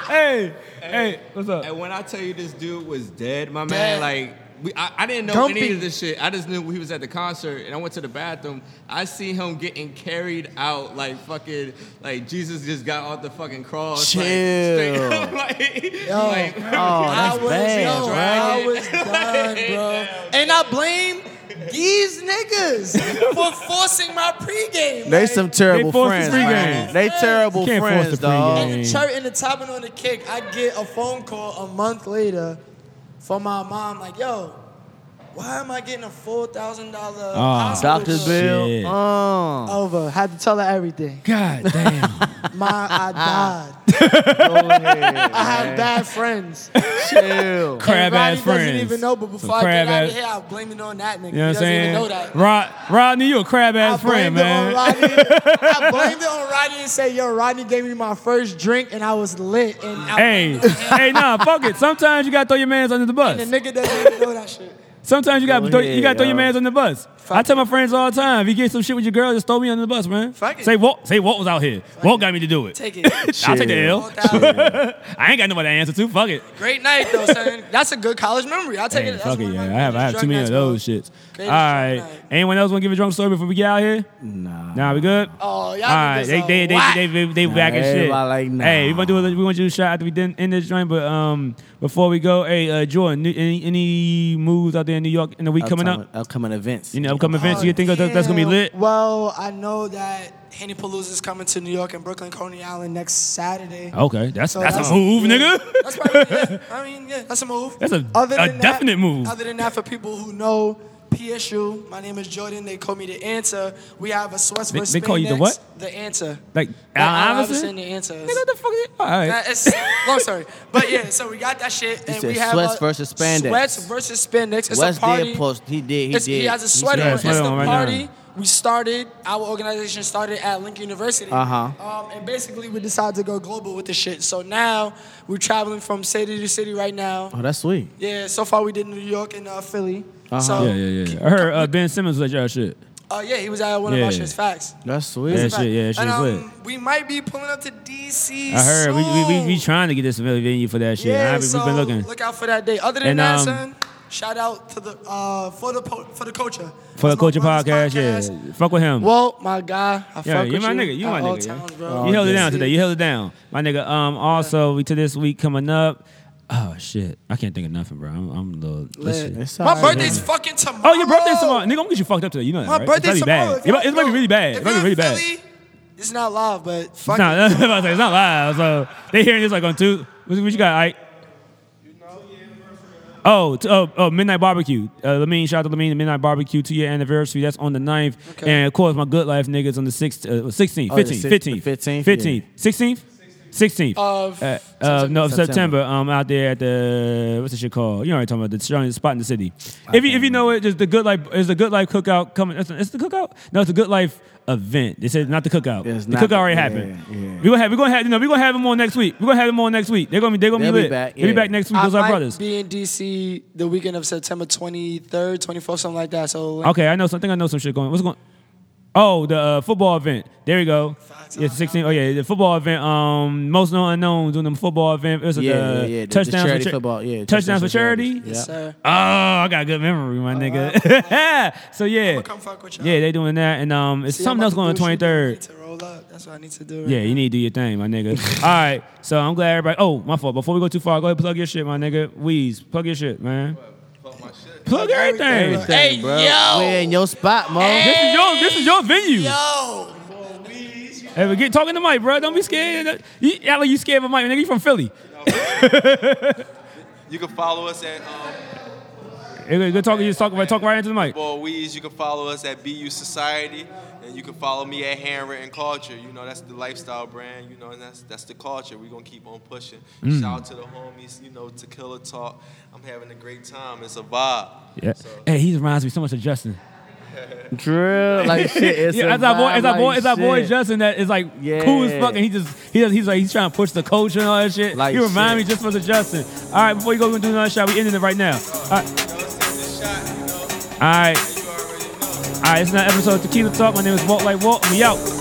hey, hey, what's up?
And when I tell you this dude was dead, my
Dead.
man, like, we, I, I didn't know
Dumpy.
any of this shit. I just knew he was at the concert, and I went to the bathroom. I see him getting carried out like fucking, like Jesus just got off the fucking cross. like, straight
Chill.
up, like,
Yo.
like,
Oh, that's
I was,
bad,
yo,
bro.
I was done, bro. And I blame these niggas for forcing my pregame.
They
like,
some terrible
They forced
friends,
the pregame.
man. They terrible
You can't force
friends,
the
dog.
pregame.
and the church and the topping on the kick. I get a phone call a month later from my mom, like, yo, why am I getting a four thousand dollar
Ah,
hospital
Doctor's
bill?
Oh, Shit.
bill. Uh,
Over. Had to tell her everything.
God damn.
My, I died. I have bad friends.
chill.
Crab
Everybody
ass friends.
doesn't even know, but
Some
before I get
crab
out of
ass-
here, I blame it on that
You know
nigga.
what
he
I'm
doesn't even
saying?
know that.
Rod, Rodney, you a crab ass friend,
blamed
man.
It on Rodney. I blamed it on Rodney and say, yo, Rodney gave me my first drink and I was lit. And I
Hey, hey, nah, fuck it. Sometimes you gotta throw your mans under the
the
bus.
nigga doesn't even know that shit.
Sometimes you gotta
Go
throw,
ahead,
you gotta throw your
yo.
mans under the bus. I tell my friends all the time, if you get some shit with your girl, just throw me under the bus, man.
Fuck it.
Say Walt, say Walt was out here. Walt got me to do it.
Take it.
I'll take the L.
Chill.
I ain't got nobody to answer to. Fuck it.
Great night though, son. That's a good college memory. I'll take
Hey,
it. That's
fuck
one
it,
of
yeah.
my
I have, I have
greatest
too many of
drunk
those
nights,
shits.
bro.
All
Greatest
right.
drunk night.
Anyone else want to give a drunk story before we get out here?
Nah.
Nah, we good?
Oh, y'all
All right,
niggas
they
are
they they
whack.
they, they, they back and shit.
everybody like, nah.
Hey, we want to do a, we want you to shout after we done end this joint, but um before we go, hey uh, Jordan, new, any, any moves out there in New York in the week coming up?
Upcoming events.
Any upcoming events you
Oh,
think that's, that's gonna be
damn.
lit?
Well, I know that Henny Palooza is coming to New York and Brooklyn, Coney Island next Saturday.
Okay, that's
So
that's, a move,
yeah,
nigga.
That's probably, yeah, I mean, yeah, that's a move.
That's a- a definite
that,
move.
Other than that, for people who know PSU, my name is Jordan. They call me the answer. We have a Swiss
They-
versus
they call you the
Spain
what?
next, The answer.
Like
Allen
Allen Iverson.
Iverson, the answer is-
Nigga, what the fuck? Is it? All
Uh,
right.
it's long story, but yeah. So we got that shit, and
said
we have
sweats
a-
versus spandex.
Sweats versus spandex. It's
West
a party.
did post. He did. He
It's-
did.
He has a sweater.
Yeah,
on.
it's sweater
it's the
on right now.
party. We started. Our organization started at Lincoln University.
Uh-huh.
Um, and basically, we decided to go global with the shit. So now we're traveling from city to city right now.
Oh, that's sweet.
Yeah. So far, we did New York and uh, Philly. So
Yeah, yeah, yeah. I heard uh, Ben Simmons was at y'all shit.
Uh, yeah, he was at one of our
Yeah.
shits. Facts.
That's sweet.
Yeah, shit, yeah, that shit
and,
is
um, we might be pulling up to DC.
I heard we, we, we, we
soon.
trying to get this venue for that shit.
Yeah,
I, we,
so
we've been looking.
Look out for that day. Other than
And,
that,
um,
son, shout out to the uh, for the po- for the culture
for the
That's my
Culture
brother's
Podcast, yeah. Fuck with him.
Well, my guy, I
Yeah,
fuck
you
with
my
you.
nigga. You
at
my
all
nigga.
times,
yeah.
bro.
you held it down
See,
today. You held it down, my nigga. Um, also we to this week coming up. Oh shit, I can't think of nothing, bro. I'm, I'm a little. this
lit.
shit-
It's all
My
right,
birthday's
man.
fucking tomorrow.
Oh, your birthday's tomorrow, nigga. I'm gonna get you fucked up today. You know that,
My
right?
birthday's
it's about
tomorrow.
to
If
be
you
bad. It, it's about to
don't-
be really bad. It's
if
about to be
you're
really
in
bad. It's
Philly, It's not live, but fuck
not.
it.
That's what I'm saying. It's not live. So they hearing this like on two. What, what you got, Ike? Oh, t- oh, oh, Midnight Barbecue. Uh, Lamine, shout out to Lamine, the Midnight Barbecue, two year anniversary. That's on the 9th.
Okay.
And of course, my Good Life niggas on the 6th, uh, 16th,
Oh, the
15th,
six-
15th,
15th,
15th, 16th, 16th.
Of
uh, uh, no, of
September.
September. Um, out there at the what's the shit called? You know what I'm talking about? The strongest spot in the city. If you if you know it, just the Good Life is the Good Life cookout coming. It's, it's the cookout. No, it's the Good Life event. They said not the cookout.
It's
the
not
cookout
the-
already
yeah,
happened.
yeah.
We gonna have we gonna have you know we gonna have them on next week. We are gonna have them on next week. They're gonna be they gonna
They'll
be
be
lit.
back,
They'll
yeah.
be back next week.
I
Those are
might
brothers.
be in DC the weekend of September 23rd, 24th, something like that. So
Okay, I know. Something I know some shit going. What's going? Oh, the uh, football event. There we go. Yeah, 16. Oh, yeah, the football event. Um, most known unknown doing the football event. It was
Yeah,
the,
yeah, yeah, the- the
touchdowns
charity
for char-
football, yeah,
touchdowns,
touchdowns
for
for charities.
charity.
Yeah.
Yes, sir.
Oh, I got good memory, my nigga. so yeah,
come fuck with y'all.
yeah, they doing that, and um, it's
See,
something
I'm about
else
to
going on
do shit
twenty
that I
third.
need to roll up. That's what I need to do. right
Yeah, you need to do your thing, my nigga. All right, so I'm glad everybody. Oh, my fault. Before we go too far, go ahead plug your shit, my nigga. Wheeze, plug your shit, man. Plug everything.
Hey, yo. We in your spot, mo.
This is your this is your venue. Yo. Hey, but get talking to Mike, bro. Don't be scared. You act like you scared of Mike, nigga. You from Philly.
You can follow us at um,
Hey, good- good talking. You just talk right, talk right into the mic.
Ball Weeds. You can follow us at BU Society, and you can follow me at Handwritten Culture. You know that's the lifestyle brand. You know, and that's that's the culture. We're gonna keep on pushing. Shout out to the homies. You know, Tequila Talk. I'm having a great time. It's a vibe.
Yeah. Hey, he reminds me so much of Justin.
Drill like shit. It's
yeah,
a
as our boy,
vibe
as our boy,
like
as our boy
shit.
Justin, that is like cool as
Yeah.
fuck, and he just he does, he's like he's trying to push the culture and all that shit.
Like
he remind
shit.
me just for the Justin. All right, before you go, we're gonna do another shot. We ending it right now. All right.
You know, let's take this shot. You know,
All right.
you already know.
All right, it's another episode of Tequila Talk. My name is Walt Like Walt. We out.